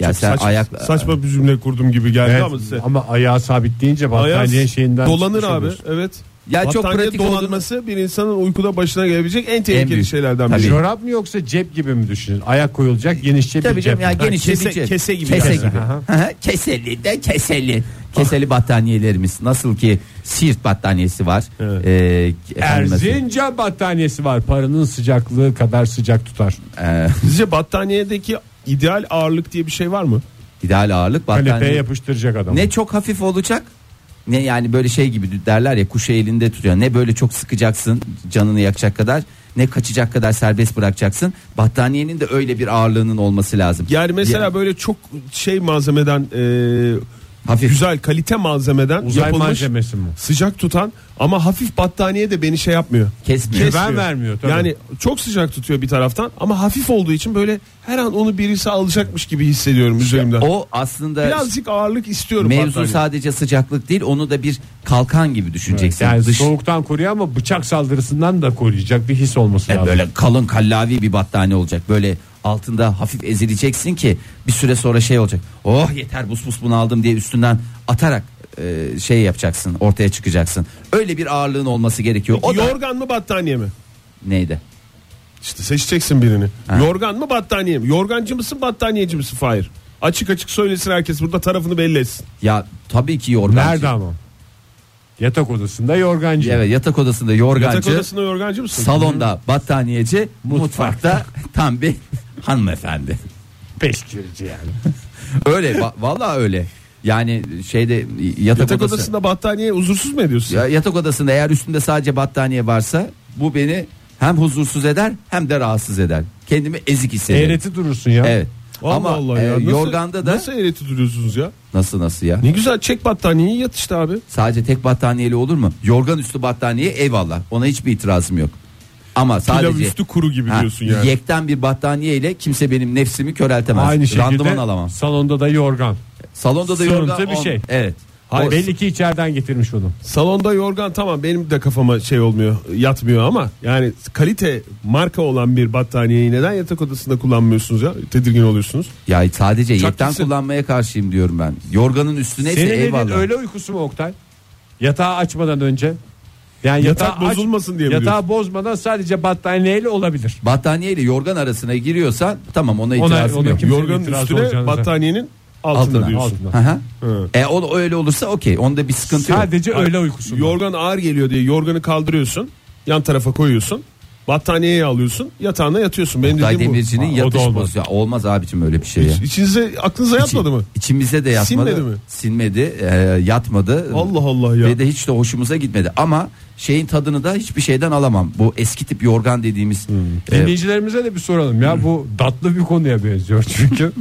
D: Ya
E: Çok
D: sen
E: saçma,
D: ayak
E: saçma bir cümle kurdum gibi geldi
C: Evet,
E: ama size
C: ama ayağı sabitleyince battaniye
E: Ayağı
C: şeyinden
E: dolanır
C: çıkmış
E: abi.
C: oluyorsun.
E: Evet.
D: Ya çok
E: Battaniye
D: pratik
E: dolanması bir insanın uykuda başına gelebilecek en tehlikeli
D: büyük.
E: şeylerden
D: Tabii.
E: biri.
C: Çorap mı yoksa cep gibi mi düşünün? Ayak koyulacak genişçe bir
D: Tabii
C: cep.
D: canım ya geniş
E: kese-
D: bir cep.
E: kese gibi
D: Kese
E: yani.
D: gibi. Aha, keseli de keseli. Keseli battaniyelerimiz nasıl ki Siirt battaniyesi var.
E: Evet.
D: Ee, efendim,
C: Erzincan battaniyesi var. Paranın sıcaklığı kadar sıcak tutar.
D: e,
E: Sizce battaniyedeki ideal ağırlık diye bir şey var mı?
D: İdeal ağırlık
C: Kanepeye
D: battaniye.
C: yapıştıracak adam.
D: Ne çok hafif olacak ne yani böyle şey gibi derler ya kuşu elinde tutuyor. Ne böyle çok sıkacaksın canını yakacak kadar ne kaçacak kadar serbest bırakacaksın. Battaniyenin de öyle bir ağırlığının olması lazım.
E: Yani mesela
D: Ya-
E: böyle çok şey malzemeden e,
D: Hafif.
E: güzel kalite malzemeden
C: Uzay
E: yapılmış
C: malzemesi mi?
E: sıcak tutan ama hafif battaniye de beni şey yapmıyor.
D: kesmiyor.
E: Kesmiyor.
C: Güven vermiyor tabii.
E: Yani çok sıcak tutuyor bir taraftan ama hafif olduğu için böyle her an onu birisi alacakmış gibi hissediyorum üzerimden.
D: O aslında
E: Birazcık ağırlık istiyorum.
D: mevzu
E: battaniye.
D: sadece sıcaklık değil onu da bir kalkan gibi düşüneceksin.
C: Yani
D: Dış-
C: soğuktan koruyor ama bıçak saldırısından da koruyacak bir his olması
D: Yani
C: lazım.
D: böyle kalın kallavi bir battaniye olacak. Böyle altında hafif ezileceksin ki bir süre sonra şey olacak. Oh yeter bus bus bunu aldım diye üstünden atarak e, şey yapacaksın ortaya çıkacaksın. Öyle bir ağırlığın olması gerekiyor. O da
E: Yorgan mı battaniye mi?
D: neydi?
E: İşte seçeceksin birini. Yorgan mı battaniye mi? Yorgancı mısın battaniyeci misin Fahir? Açık açık söylesin herkes burada tarafını belli etsin.
D: Ya tabii ki yorgancı.
C: Nerede ama? Yatak odasında yorgancı.
D: Evet yatak odasında yorgancı.
E: Yatak odasında yorgancı mısın?
D: Salonda battaniyeci, mutfakta (laughs) tam bir hanımefendi.
C: Peşkirci yani.
D: (laughs) Öyle va- vallahi öyle. Yani şeyde yatak,
E: Yatak
D: odası-
E: odasında battaniye huzursuz mu ediyorsun?
D: Ya yatak odasında eğer üstünde sadece battaniye varsa bu beni hem huzursuz eder hem de rahatsız eder. Kendimi ezik hissederim.
C: Eğreti durursun ya.
D: Evet.
E: Allah
D: Ama
E: Allah
D: e,
E: ya. Nasıl-
D: yorganda da
E: nasıl
D: nasıl
E: eğreti duruyorsunuz ya?
D: nasıl, ya?
E: Ne güzel çek battaniyeyi yat işte abi.
D: Sadece tek battaniyeli olur mu? Yorgan üstü battaniye eyvallah. Ona hiçbir itirazım yok. Ama sadece
E: Pilav üstü kuru gibi
D: Ha,
E: diyorsun yani.
D: Yekten bir battaniye ile kimse benim nefsimi köreltemez.
C: Aynı şekilde
D: Randıman alamam.
C: salonda da yorgan.
D: Salonda da
C: Sığıntı
D: yorgan
C: bir
D: ol-
C: şey.
D: Evet.
C: Hayır,
D: O-
C: belli ki içeriden getirmiş onu.
E: Salonda yorgan tamam benim de kafama şey olmuyor yatmıyor ama yani kalite marka olan bir battaniyeyi neden yatak odasında kullanmıyorsunuz ya? Tedirgin oluyorsunuz.
D: Ya sadece yekten
E: gitsin.
D: kullanmaya karşıyım diyorum ben. Yorganın üstüne ise
C: Senin evin
D: eyvallah.
C: öyle uykusu mu Oktay? Yatağı açmadan önce. Yani
E: Yatak
C: yatağı
E: bozulmasın diye mi
C: Yatağı bozmadan sadece battaniyeyle olabilir.
D: battaniye ile yorgan arasına giriyorsan tamam ona itirazım
C: ona
D: yok.
C: kim- Kimsenin
E: Yorganın
C: itirazı
E: üstüne
C: olacağını
E: battaniyenin altında,
D: Altına,
E: diyorsun.
C: altına.
D: Hı hı.
E: Hı.
D: E o öyle olursa okey. Onda bir sıkıntı yok.
C: Sadece öyle uykusu. mu?
E: Yorgan ağır geliyor diye yorganı kaldırıyorsun. Yan tarafa koyuyorsun. Battaniyeyi alıyorsun. Yatağına yatıyorsun. Benim
D: Oktay
E: dediğim bu.
D: Demirci'nin
E: Ha, o
D: yatış
E: da olmaz.
D: pozisyonu. Olmaz abicim öyle bir şey ya.
E: Hiç- İçinize aklınıza yatmadı mı?
D: İçimize de yatmadı.
E: Sinmedi mi?
D: Sinmedi, e, yatmadı.
E: Allah Allah ya.
D: Ve de hiç de hoşumuza gitmedi. Ama şeyin tadını da hiçbir şeyden alamam. Bu eski tip yorgan dediğimiz. e,
C: Dinleyicilerimize de bir soralım ya bu datlı bir konuya benziyor (laughs) çünkü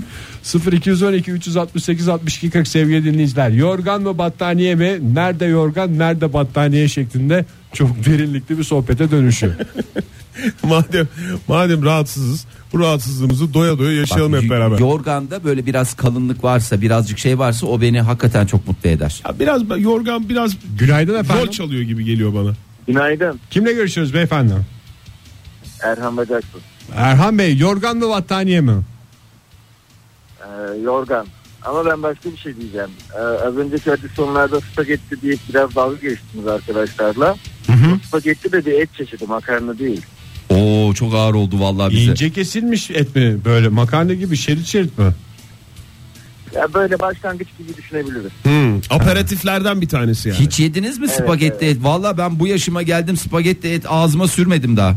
C: 0212 368 62 40 sevgili dinleyiciler yorgan mı battaniye mi nerede yorgan nerede battaniye şeklinde çok derinlikli bir sohbete dönüşüyor.
E: (laughs) madem madem rahatsızız bu rahatsızlığımızı doya doya
D: bak,
E: yaşayalım hep
D: y-
E: beraber.
D: Yorganda böyle biraz kalınlık varsa, birazcık şey varsa o beni hakikaten çok mutlu eder.
E: Ya biraz ben- yorgan biraz
C: (laughs) Günaydın
E: rol
C: efendim.
E: çalıyor gibi geliyor bana.
F: Günaydın
C: Kimle görüşüyoruz beyefendi?
F: Erhan Bacaksın.
C: Erhan Bey yorgan mı battaniye mi?
F: Ee, yorgan. Ama ben başka bir şey diyeceğim. Ee, az önceki hadi sonlarda spagetti diye biraz dalga geçtiniz arkadaşlarla. Spagetti de bir et çeşidi makarna değil.
D: Oo çok ağır oldu vallahi bize.
C: İnce kesilmiş et mi böyle makarna gibi şerit şerit mi?
F: Ya böyle başlangıç gibi düşünebiliriz.
C: Hmm.
E: Aperatiflerden bir tanesi yani.
D: Hiç yediniz mi spagetti et? Valla ben bu yaşıma geldim spagetti et ağzıma sürmedim daha.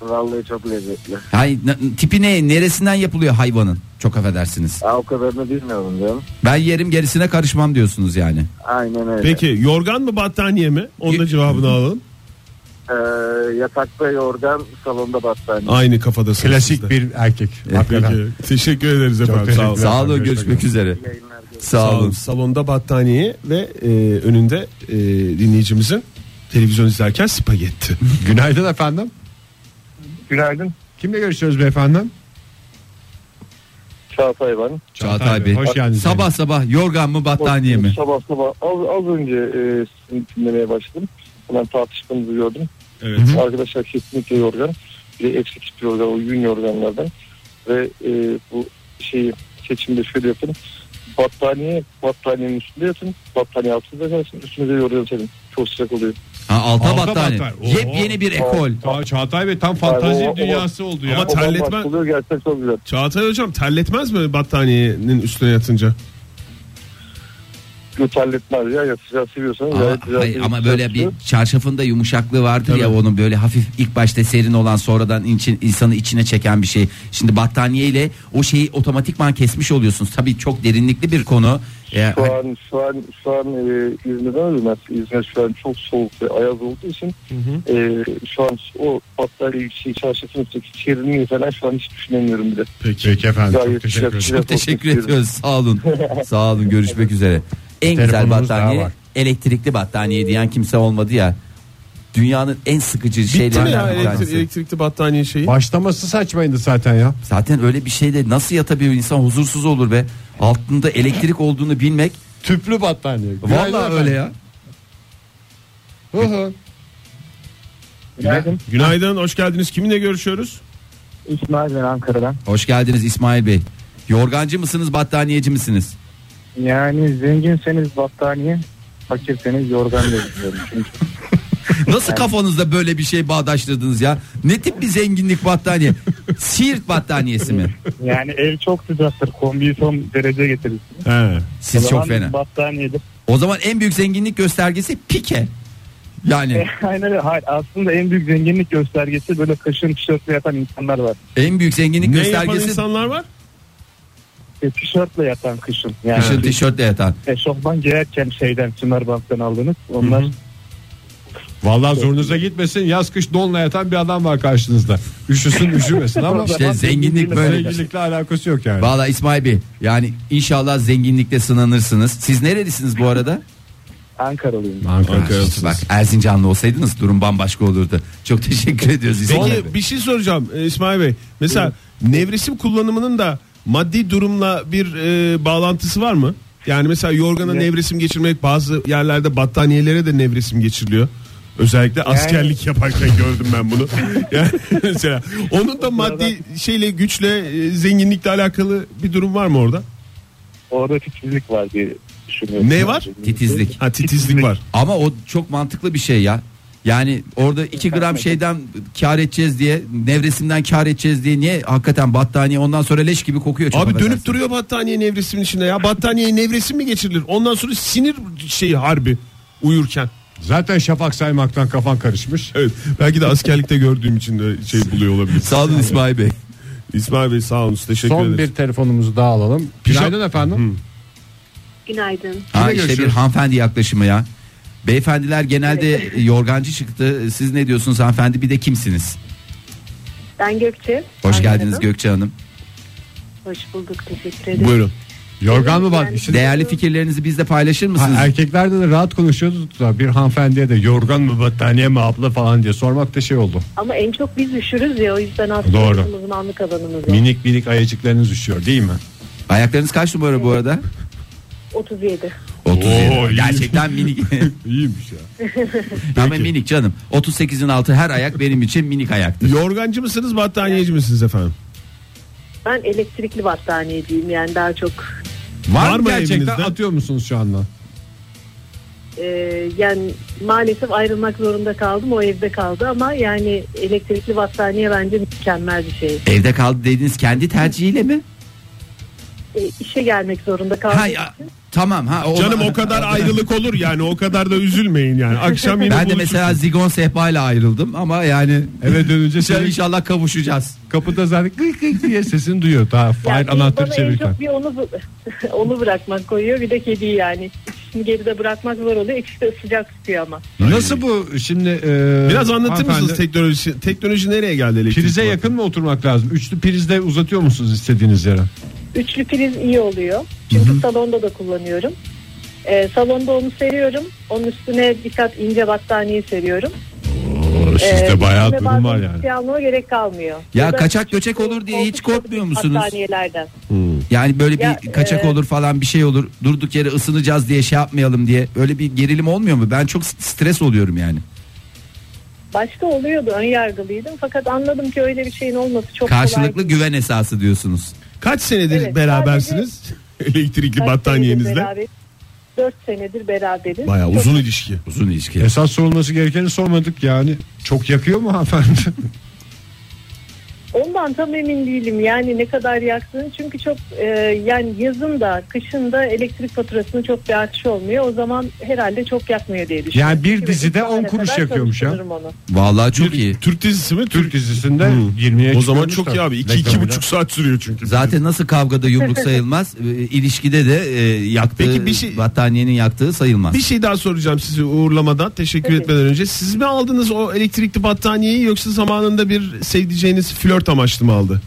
F: Vallahi çok lezzetli.
D: Yani n- tipi ne? Neresinden yapılıyor hayvanın? Çok affedersiniz.
F: Aa, o kadarını bilmiyorum canım.
D: Ben yerim gerisine karışmam diyorsunuz yani.
F: Aynen öyle.
E: Peki yorgan mı battaniye mi? Onun da
D: Y-
E: cevabını alalım.
F: Ee, yatakta yorgan, salonda battaniye.
E: Aynı kafadasınız. siz de.
C: Klasik bir erkek. hakikaten.
E: Peki. Teşekkür ederiz efendim.
C: teşekkür
E: Sağ olun.
C: ederim.
D: Sağ olun görüşmek üzere.
F: Yayınlar görüşürüz.
D: Sağ olun.
E: Salonda battaniye ve e, önünde e, dinleyicimizin televizyon izlerken spagetti.
C: Günaydın efendim.
F: Günaydın.
C: Kimle görüşüyoruz beyefendi?
F: Çağatay ben.
D: Çağatay Bey.
C: Hoş geldiniz.
D: Sabah sabah yorgan mı battaniye mi?
F: Sabah sabah. Az, az önce e, sizin dinlemeye başladım. Hemen tartıştığınızı gördüm.
E: Evet.
F: Arkadaşlar kesinlikle yorgan. Bir de eksik tip yorgan, uygun yorganlardan. Ve e, bu şeyi seçimde şöyle yapın. Battaniye, battaniyenin üstünde yatın. Battaniye altında kalsın. Üstünüze yorgan serin. Çok sıcak oluyor.
D: Ha, alta,
C: Alta
D: battaniye.
C: battaniye. Oo.
D: Yepyeni bir ekol.
C: (laughs) Aa, Çağatay Bey tam fantazi
F: Ay, o- o-
C: dünyası oldu ya.
E: Ama
F: O
E: Terletme-
F: bambaşka gerçekten çok güzel.
E: Çağatay hocam terletmez mi battaniyenin üstüne yatınca?
F: Göt halletmez ya. Ya sıcağı seviyorsanız
D: Ama,
F: gayet güzel.
D: hayır,
F: bir
D: ama
F: sıcak
D: böyle bir
F: su.
D: çarşafın da yumuşaklığı vardır ya onun böyle hafif ilk başta serin olan sonradan için, insanı içine çeken bir şey. Şimdi battaniye ile o şeyi otomatikman kesmiş oluyorsunuz. Tabii çok derinlikli bir konu. Ee, (laughs)
F: Şu an, şu an, şu an e, İzmir'den ölmez. İzmir şu an çok soğuk ve ayaz olduğu için e, şu an o battaniye şey, çarşafın üstteki çerinliği falan şu an hiç düşünemiyorum bile.
C: Peki, efendim çok
F: Gayet
C: teşekkür
F: sıcak-
C: ederim.
F: sıcak olsun
D: Teşekkür
F: istiyorum.
D: ediyoruz.
F: (laughs)
D: Sağ olun. Sağ olun. Görüşmek üzere. En güzel
C: Telefonumuz daha
D: battaniye
C: var.
D: elektrikli battaniye diyen kimse olmadı ya. Dünyanın en sıkıcı
E: Bitti mi
D: şeylerinden
E: ya
D: bir tanesi.
E: elektri- elektrikli battaniye şeyi?
C: Başlaması saçmaydı zaten ya.
D: Zaten öyle bir şeyde nasıl yatabiliyor insan huzursuz olur be. Altında elektrik olduğunu bilmek.
C: Tüplü battaniye.
D: Vallahi öyle ya.
C: Hı hı.
G: Günaydın.
E: Günaydın hoş geldiniz. Kiminle görüşüyoruz?
G: İsmail ben Ankara'dan.
D: Hoş geldiniz İsmail Bey. Yorgancı mısınız, battaniyeci misiniz?
G: Yani zenginseniz battaniye, fakirseniz yorgan diye düşünüyorum. Çünkü
D: Nasıl kafanızda böyle bir şey bağdaştırdınız ya? Ne tip bir zenginlik battaniye? Siirt battaniyesi mi?
G: yani ev çok sıcaktır. Kombiyi son derece getirir.
E: He.
D: Siz çok
F: (laughs)
D: fena.
G: Battaniyedir.
D: O zaman en büyük zenginlik göstergesi pike. Yani
E: Eh.
G: Aynen öyle. Hayır, aslında en büyük zenginlik göstergesi böyle kışın tişörtle yatan insanlar var.
D: en büyük zenginlik
E: Ne yapan
D: göstergesi
E: insanlar var?
G: E, tişörtle yatan kışın. Yani
D: kışın tişörtle yatan.
G: eşofman giyerken şeyden Sümerbank'tan aldınız. Onlar
C: Vallahi zorunuza gitmesin. Yaz kış donla yatan bir adam var karşınızda. Üşüsün üşümesin (laughs) ama
D: İşte zenginlik böyle.
C: zenginlikle alakası yok yani.
D: Valla İsmail Bey yani inşallah zenginlikle sınanırsınız. Siz nerelisiniz bu arada?
G: Ankaralıyım.
D: Ankara'lısınız. Bak Erzincanlı olsaydınız durum bambaşka olurdu. Çok teşekkür ediyoruz İsmail Bey.
E: Peki bir şey soracağım e, İsmail Bey. Mesela nevresim kullanımının da maddi durumla bir e, bağlantısı var mı? Yani mesela yorgana nevresim geçirmek bazı yerlerde battaniyelere de nevresim geçiriliyor. Özellikle askerlik yaparken gördüm ben (laughs) bunu. Yani mesela onun da maddi şeyle güçle e, zenginlikle alakalı bir durum var mı orada?
G: Orada titizlik var diye düşünüyorum.
E: Ne var?
D: Titizlik.
E: Ha titizlik var.
D: Ama o çok mantıklı bir şey ya. Yani orada 2 gram şeyden kar edeceğiz diye nevresimden kar edeceğiz diye niye hakikaten battaniye ondan sonra leş gibi kokuyor. çok
E: Abi
D: affedersin.
E: dönüp duruyor battaniye nevresimin içinde ya. Battaniye nevresim mi geçirilir? Ondan sonra sinir şeyi harbi uyurken.
C: Zaten şafak saymaktan kafan karışmış.
E: Evet belki de askerlikte gördüğüm için de şey buluyor olabilir.
D: Sağ olun İsmail Bey.
E: İsmail Bey sağ olun teşekkür
C: Son
E: ederiz.
C: bir telefonumuzu daha alalım. Günaydın efendim.
H: Günaydın.
D: Ha işte bir
C: görüşüyoruz?
D: hanımefendi yaklaşımı ya. Beyefendiler genelde yorgancı çıktı. Siz ne diyorsunuz hanımefendi? Bir de kimsiniz?
H: Ben Gökçe.
D: Hoş
H: Ankara'dan.
D: geldiniz Gökçe Hanım.
H: Hoş bulduk. Teşekkür ederim.
E: Buyurun.
C: Yorgan mı şey-
H: Yani-
C: battı? Şimdi-
D: Değerli fikirlerinizi bizle paylaşır
C: Ha,
D: mısınız?
E: er-
C: erkeklerde de rahat konuşuyoruz da bir hanımefendiye de yorgan mı battaniye mi abla falan diye sormak da şey (laughs) oldu.
H: Ama en çok biz üşürüz ya o yüzden aslında
C: Doğru.
H: bizim uzmanlık alanımız o.
C: Minik minik ayıcıklarınız üşüyor değil mi?
D: Ayaklarınız kaç numara bu arada?
H: 37.
D: 37.
C: Oo, iyi.
D: Gerçekten
C: (laughs)
D: minik.
C: İyiymiş ya.
D: Ama minik canım. 38'in altı her ayak benim için minik ayaktır.
E: Yorgancı mısınız battaniyeci misiniz efendim?
H: Ben elektrikli battaniyeciyim yani daha çok
E: Var
C: Var,
E: mı
C: mı gerçekten
E: evinizde?
C: atıyor musunuz şu anda?
H: e, yani maalesef ayrılmak zorunda kaldım o evde kaldı ama yani elektrikli battaniye bence mükemmel bir şey.
D: Evde kaldı dediniz kendi tercihiyle mi?
H: E, işe gelmek zorunda kaldım.
D: Ha, ya, tamam ha. o-
E: Canım o kadar ayrılık olur yani o kadar da üzülmeyin yani. Akşam yine
D: Ben de
E: buluşuruz.
D: mesela zigon sehpayla ayrıldım ama yani (laughs)
C: Eve dönünce
D: inşallah-
C: senin
D: inşallah kavuşacağız.
C: kapıda zaten kık kık diye sesini duyuyor. Daha
H: Yani
C: fire anahtarı
H: bana en
C: çevirirken.
H: çok bir onu, bu- (laughs) onu bırakmak koyuyor bir de kediyi yani. İkisini geride bırakmak zor oluyor. İkisi de sıcak tutuyor ama.
C: Nasıl bu şimdi? e,
E: Biraz anlatır
C: hanımefendi,
E: mısınız teknoloji teknoloji nereye geldi elektrik?
C: Prize yakın mı oturmak lazım? Üçlü prizde uzatıyor musunuz istediğiniz yere?
H: Üçlü priz iyi oluyor. Çünkü salonda da kullanıyorum. Ee, salonda onu seriyorum. Onun üstüne birkaç ince battaniye seriyorum.
C: sizde
H: Ee,
C: bayağı
H: üstüne
C: durum var
H: bazen
C: yani.
H: hiçbir almaya gerek kalmıyor.
D: Ya
H: da
D: kaçak
H: küçük
D: göçek olur diye hiç
H: koltuk
D: korkmuyor
H: yapıp
D: musunuz?
H: Battaniyelerden.
D: Yani böyle bir
H: Ya,
D: kaçak
H: e-
D: olur falan bir şey olur. Durduk yere ısınacağız diye şey yapmayalım diye. Öyle bir gerilim olmuyor mu? Ben çok stres oluyorum yani.
H: Başta oluyordu ön yargılıydım fakat anladım ki öyle bir şeyin olması çok kolay.
D: Karşılıklı
H: değil.
D: güven esası diyorsunuz.
E: Kaç senedir
H: Evet,
E: berabersiniz? (laughs) Elektrikli
H: Kaç senedir
E: battaniyenizle.
H: beraberiz? Dört senedir beraberiz.
E: Bayağı
H: Çok
E: uzun ilişki.
D: Uzun ilişki.
C: Esas sorulması gerekeni sormadık yani. Çok yakıyor mu hanımefendi?
H: Onu da Ondan tam emin değilim yani ne kadar yaktığını çünkü çok e, yani yazın da kışın da elektrik faturasının çok bir artışı olmuyor. O zaman herhalde çok yakmıyor diye düşünüyorum.
C: Yani bir
H: Çünkü
C: dizide
H: üç tane
C: on kuruş
H: kadar
C: yakıyormuş ya.
H: çalıştırırım onu.
D: Vallahi çok iyi.
E: Türk dizisi mi?
C: (laughs) Türk dizisinde 20'ye
E: O zaman çok
C: çıkarmışlar.
E: iyi abi. 2
C: Reklamıyla.
E: 2,5 saat sürüyor çünkü.
D: Zaten nasıl kavgada yumruk
H: (laughs)
D: sayılmaz, e, ilişkide de e, yaktığı
E: Peki bir şey-
D: battaniyenin yaktığı sayılmaz.
E: Bir şey daha soracağım sizi uğurlamadan teşekkür
H: Tabii.
E: etmeden önce. Siz mi aldınız o elektrikli battaniyeyi yoksa zamanında bir sevdiceğiniz flört amaçlı mı aldı?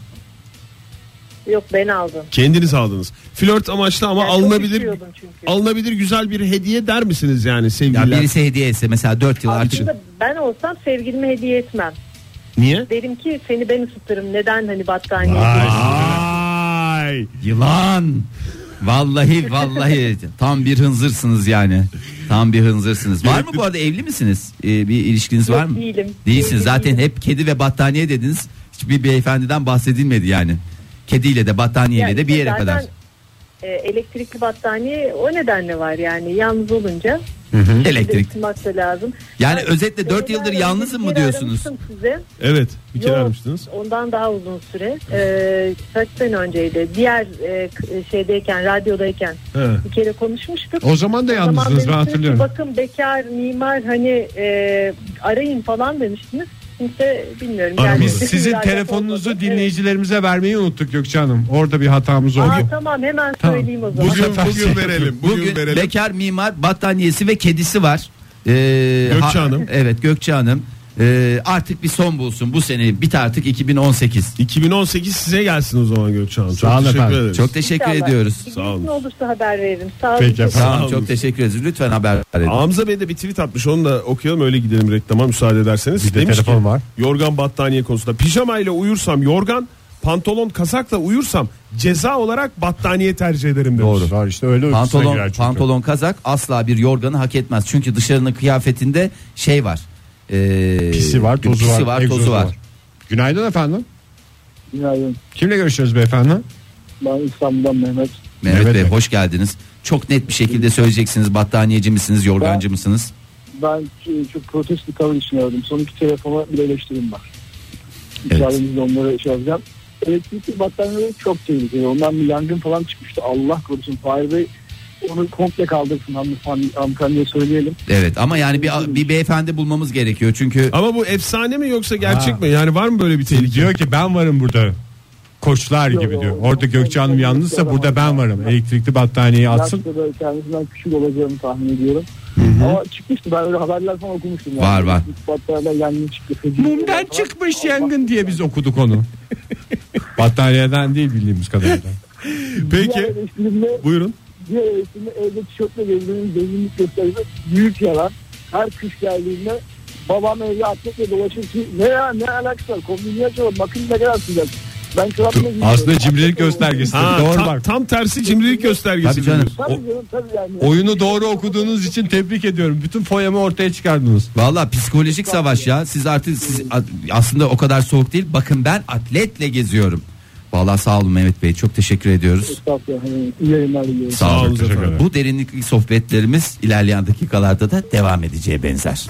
H: Yok ben aldım.
E: Kendiniz aldınız. Flört amaçlı ama
H: Yani çok
E: alınabilir
H: istiyordum çünkü.
E: alınabilir güzel bir hediye der misiniz yani
D: ya
E: sevgililer?
D: birisi hediye etse mesela 4 yıl artık
H: Aslında ben olsam sevgilime hediye etmem.
E: Niye?
H: Derim ki seni ben ısıtırım. Neden hani battaniye?
E: Ay.
D: Yılan. Vallahi vallahi tam bir hınzırsınız yani. Tam bir hınzırsınız. Var mı bu arada evli misiniz? Ee, bir ilişkiniz var
H: Yok,
D: mı?
H: değilim.
D: Değilsiniz.
H: Değilim,
D: Zaten
H: değilim.
D: hep kedi ve battaniye dediniz. Hiçbir beyefendiden bahsedilmedi yani. Kediyle de battaniyeyle
H: Yani
D: de bir yere
H: zaten,
D: kadar.
H: e, elektrikli battaniye o nedenle var yani yalnız olunca
D: Elektrik.
H: ısıtmak da lazım.
D: Yani
H: Ben-
D: özetle 4
H: Ben
D: yıldır
H: daha
D: yalnızım
H: önce
D: mı
H: bir kere
D: diyorsunuz?
H: aramıştım Size.
E: Evet bir kere
H: Yok,
E: aramıştınız.
H: Ondan daha uzun süre. Ee, kaç sene önceydi. Diğer e, k- şeydeyken, radyodayken
E: He.
H: bir kere konuşmuştuk.
C: O zaman da
H: O zaman
C: yalnızdınız ben
H: demiştiniz ki,
C: hatırlıyorum.
H: Bakın bekar, mimar hani e, arayın falan demiştiniz. Kimse bilmiyorum.
E: Aramadı.
C: Biz
H: sizin
C: sizin
H: alakası
C: telefonunuzu
H: olmadı.
C: dinleyicilerimize vermeyi unuttuk Gökçe Hanım. Orada bir hatamız
H: Evet. Aa,
C: oldu.
H: tamam hemen
C: Tamam.
H: söyleyeyim o zaman.
E: Bugün bugün verelim. Bugün,
D: Bugün
E: verelim.
D: bekar mimar battaniyesi ve kedisi var. Ee,
E: Gökçe Hanım.
D: Evet Gökçe Hanım. Ee, artık bir son bulsun bu sene bit artık 2018.
E: 2018 size gelsin o zaman Gökçe Hanım. Çok
C: Sağ olun
E: teşekkür
C: efendim.
E: ederiz.
D: Çok teşekkür
H: İnşallah.
D: ediyoruz.
H: Bir
E: Sağ
H: gelişme
E: olun.
H: olursa haber veririm. Sağ olun.
C: Peki efendim.
D: Tamam
E: Sağ olun.
D: çok teşekkür ederiz. Lütfen haber verin.
E: Hamza Bey de bir tweet atmış onu da okuyalım öyle gidelim reklama müsaade ederseniz.
C: Bir de telefon var.
E: Yorgan battaniye konusunda pijama ile uyursam yorgan pantolon kazakla uyursam ceza olarak battaniye tercih ederim demiş.
C: Doğru. Var işte öyle uykusuna girer
D: Pantolon,
C: çünkü.
D: pantolon kazak asla bir yorganı hak etmez. Çünkü dışarının kıyafetinde şey var. Ee,
C: E, Pisi var, tozu
D: pisi
C: var,
D: var,
C: egzozu
D: tozu var.
C: var. Günaydın efendim.
G: Günaydın.
C: Kimle görüşüyoruz beyefendi?
G: Ben İstanbul'dan Mehmet.
D: Mehmet
C: Evet,
D: Bey
C: evet.
D: hoş geldiniz. Çok net bir şekilde söyleyeceksiniz. Battaniyeci misiniz, yorgancı mısınız?
G: Ben e, çok protest bir tavır için aradım. Son iki telefona bir eleştirim var.
D: Evet.
G: İçerimizde onları şey yapacağım. Elektrikli battaniyeler çok tehlikeli. Ondan bir yangın falan çıkmıştı. Allah korusun Fahir Bey onu komple kaldırsın hanımefendi hanımefendiye söyleyelim.
D: Evet ama yani bir, bir beyefendi bulmamız gerekiyor. Çünkü
E: Ama bu efsane mi yoksa gerçek
C: Ha.
E: mi? Yani var mı böyle bir tehlike?
C: Diyor ki ben varım burada. Koçlar
G: Yok,
C: gibi
G: yok.
C: diyor. Orada Gökçe Hanım yalnızsa burada ben varım. Elektrikli battaniyeyi atsın.
G: Yaşta da kendisinden küçük olacağını tahmin ediyorum. Ama çıkmıştı ben öyle haberler falan okumuştum. yani.
D: Var, var.
G: Elektrikli Battaniyeler yangın çıktı. feci şeyler
C: Mumdan
G: falan.
C: çıkmış
G: Allah
C: yangın diye biz okuduk onu. (laughs) Battaniyeden değil bildiğimiz kadarıyla.
G: Diğer
E: Peki
G: eleştirimde,
E: buyurun.
G: diğer eleştirimde evde tişörtle gezdiğinin zenginlik gösterisi büyük yalan. Her kış geldiğinde babam evde atletle dolaşır ki ne ya ne alakası var kombini açalım bakın ne kadar sıcak. Ben çorapla giyiyorum.
C: Aslında cimrilik
G: Atletle
C: göstergesi.
E: Ha,
C: Doğru
E: tam,
C: bak.
E: tam tersi cimrilik göstergesi.
D: Tabii canım.
E: diyorsun.
G: Tabii canım tabii yani.
C: Oyunu doğru okuduğunuz için tebrik ediyorum. Bütün foyamı ortaya çıkardınız.
D: Valla psikolojik savaş ya. Siz artık siz a- aslında o kadar soğuk değil. Bakın ben atletle geziyorum. Valla sağ olun Mehmet Bey. Çok teşekkür ediyoruz.
G: Estağfurullah, hani iyi yayınlar diliyorum.
D: Sağ olun.
E: Teşekkür ederim.
D: Bu derinlikli sohbetlerimiz ilerleyen dakikalarda da devam edeceğe benzer.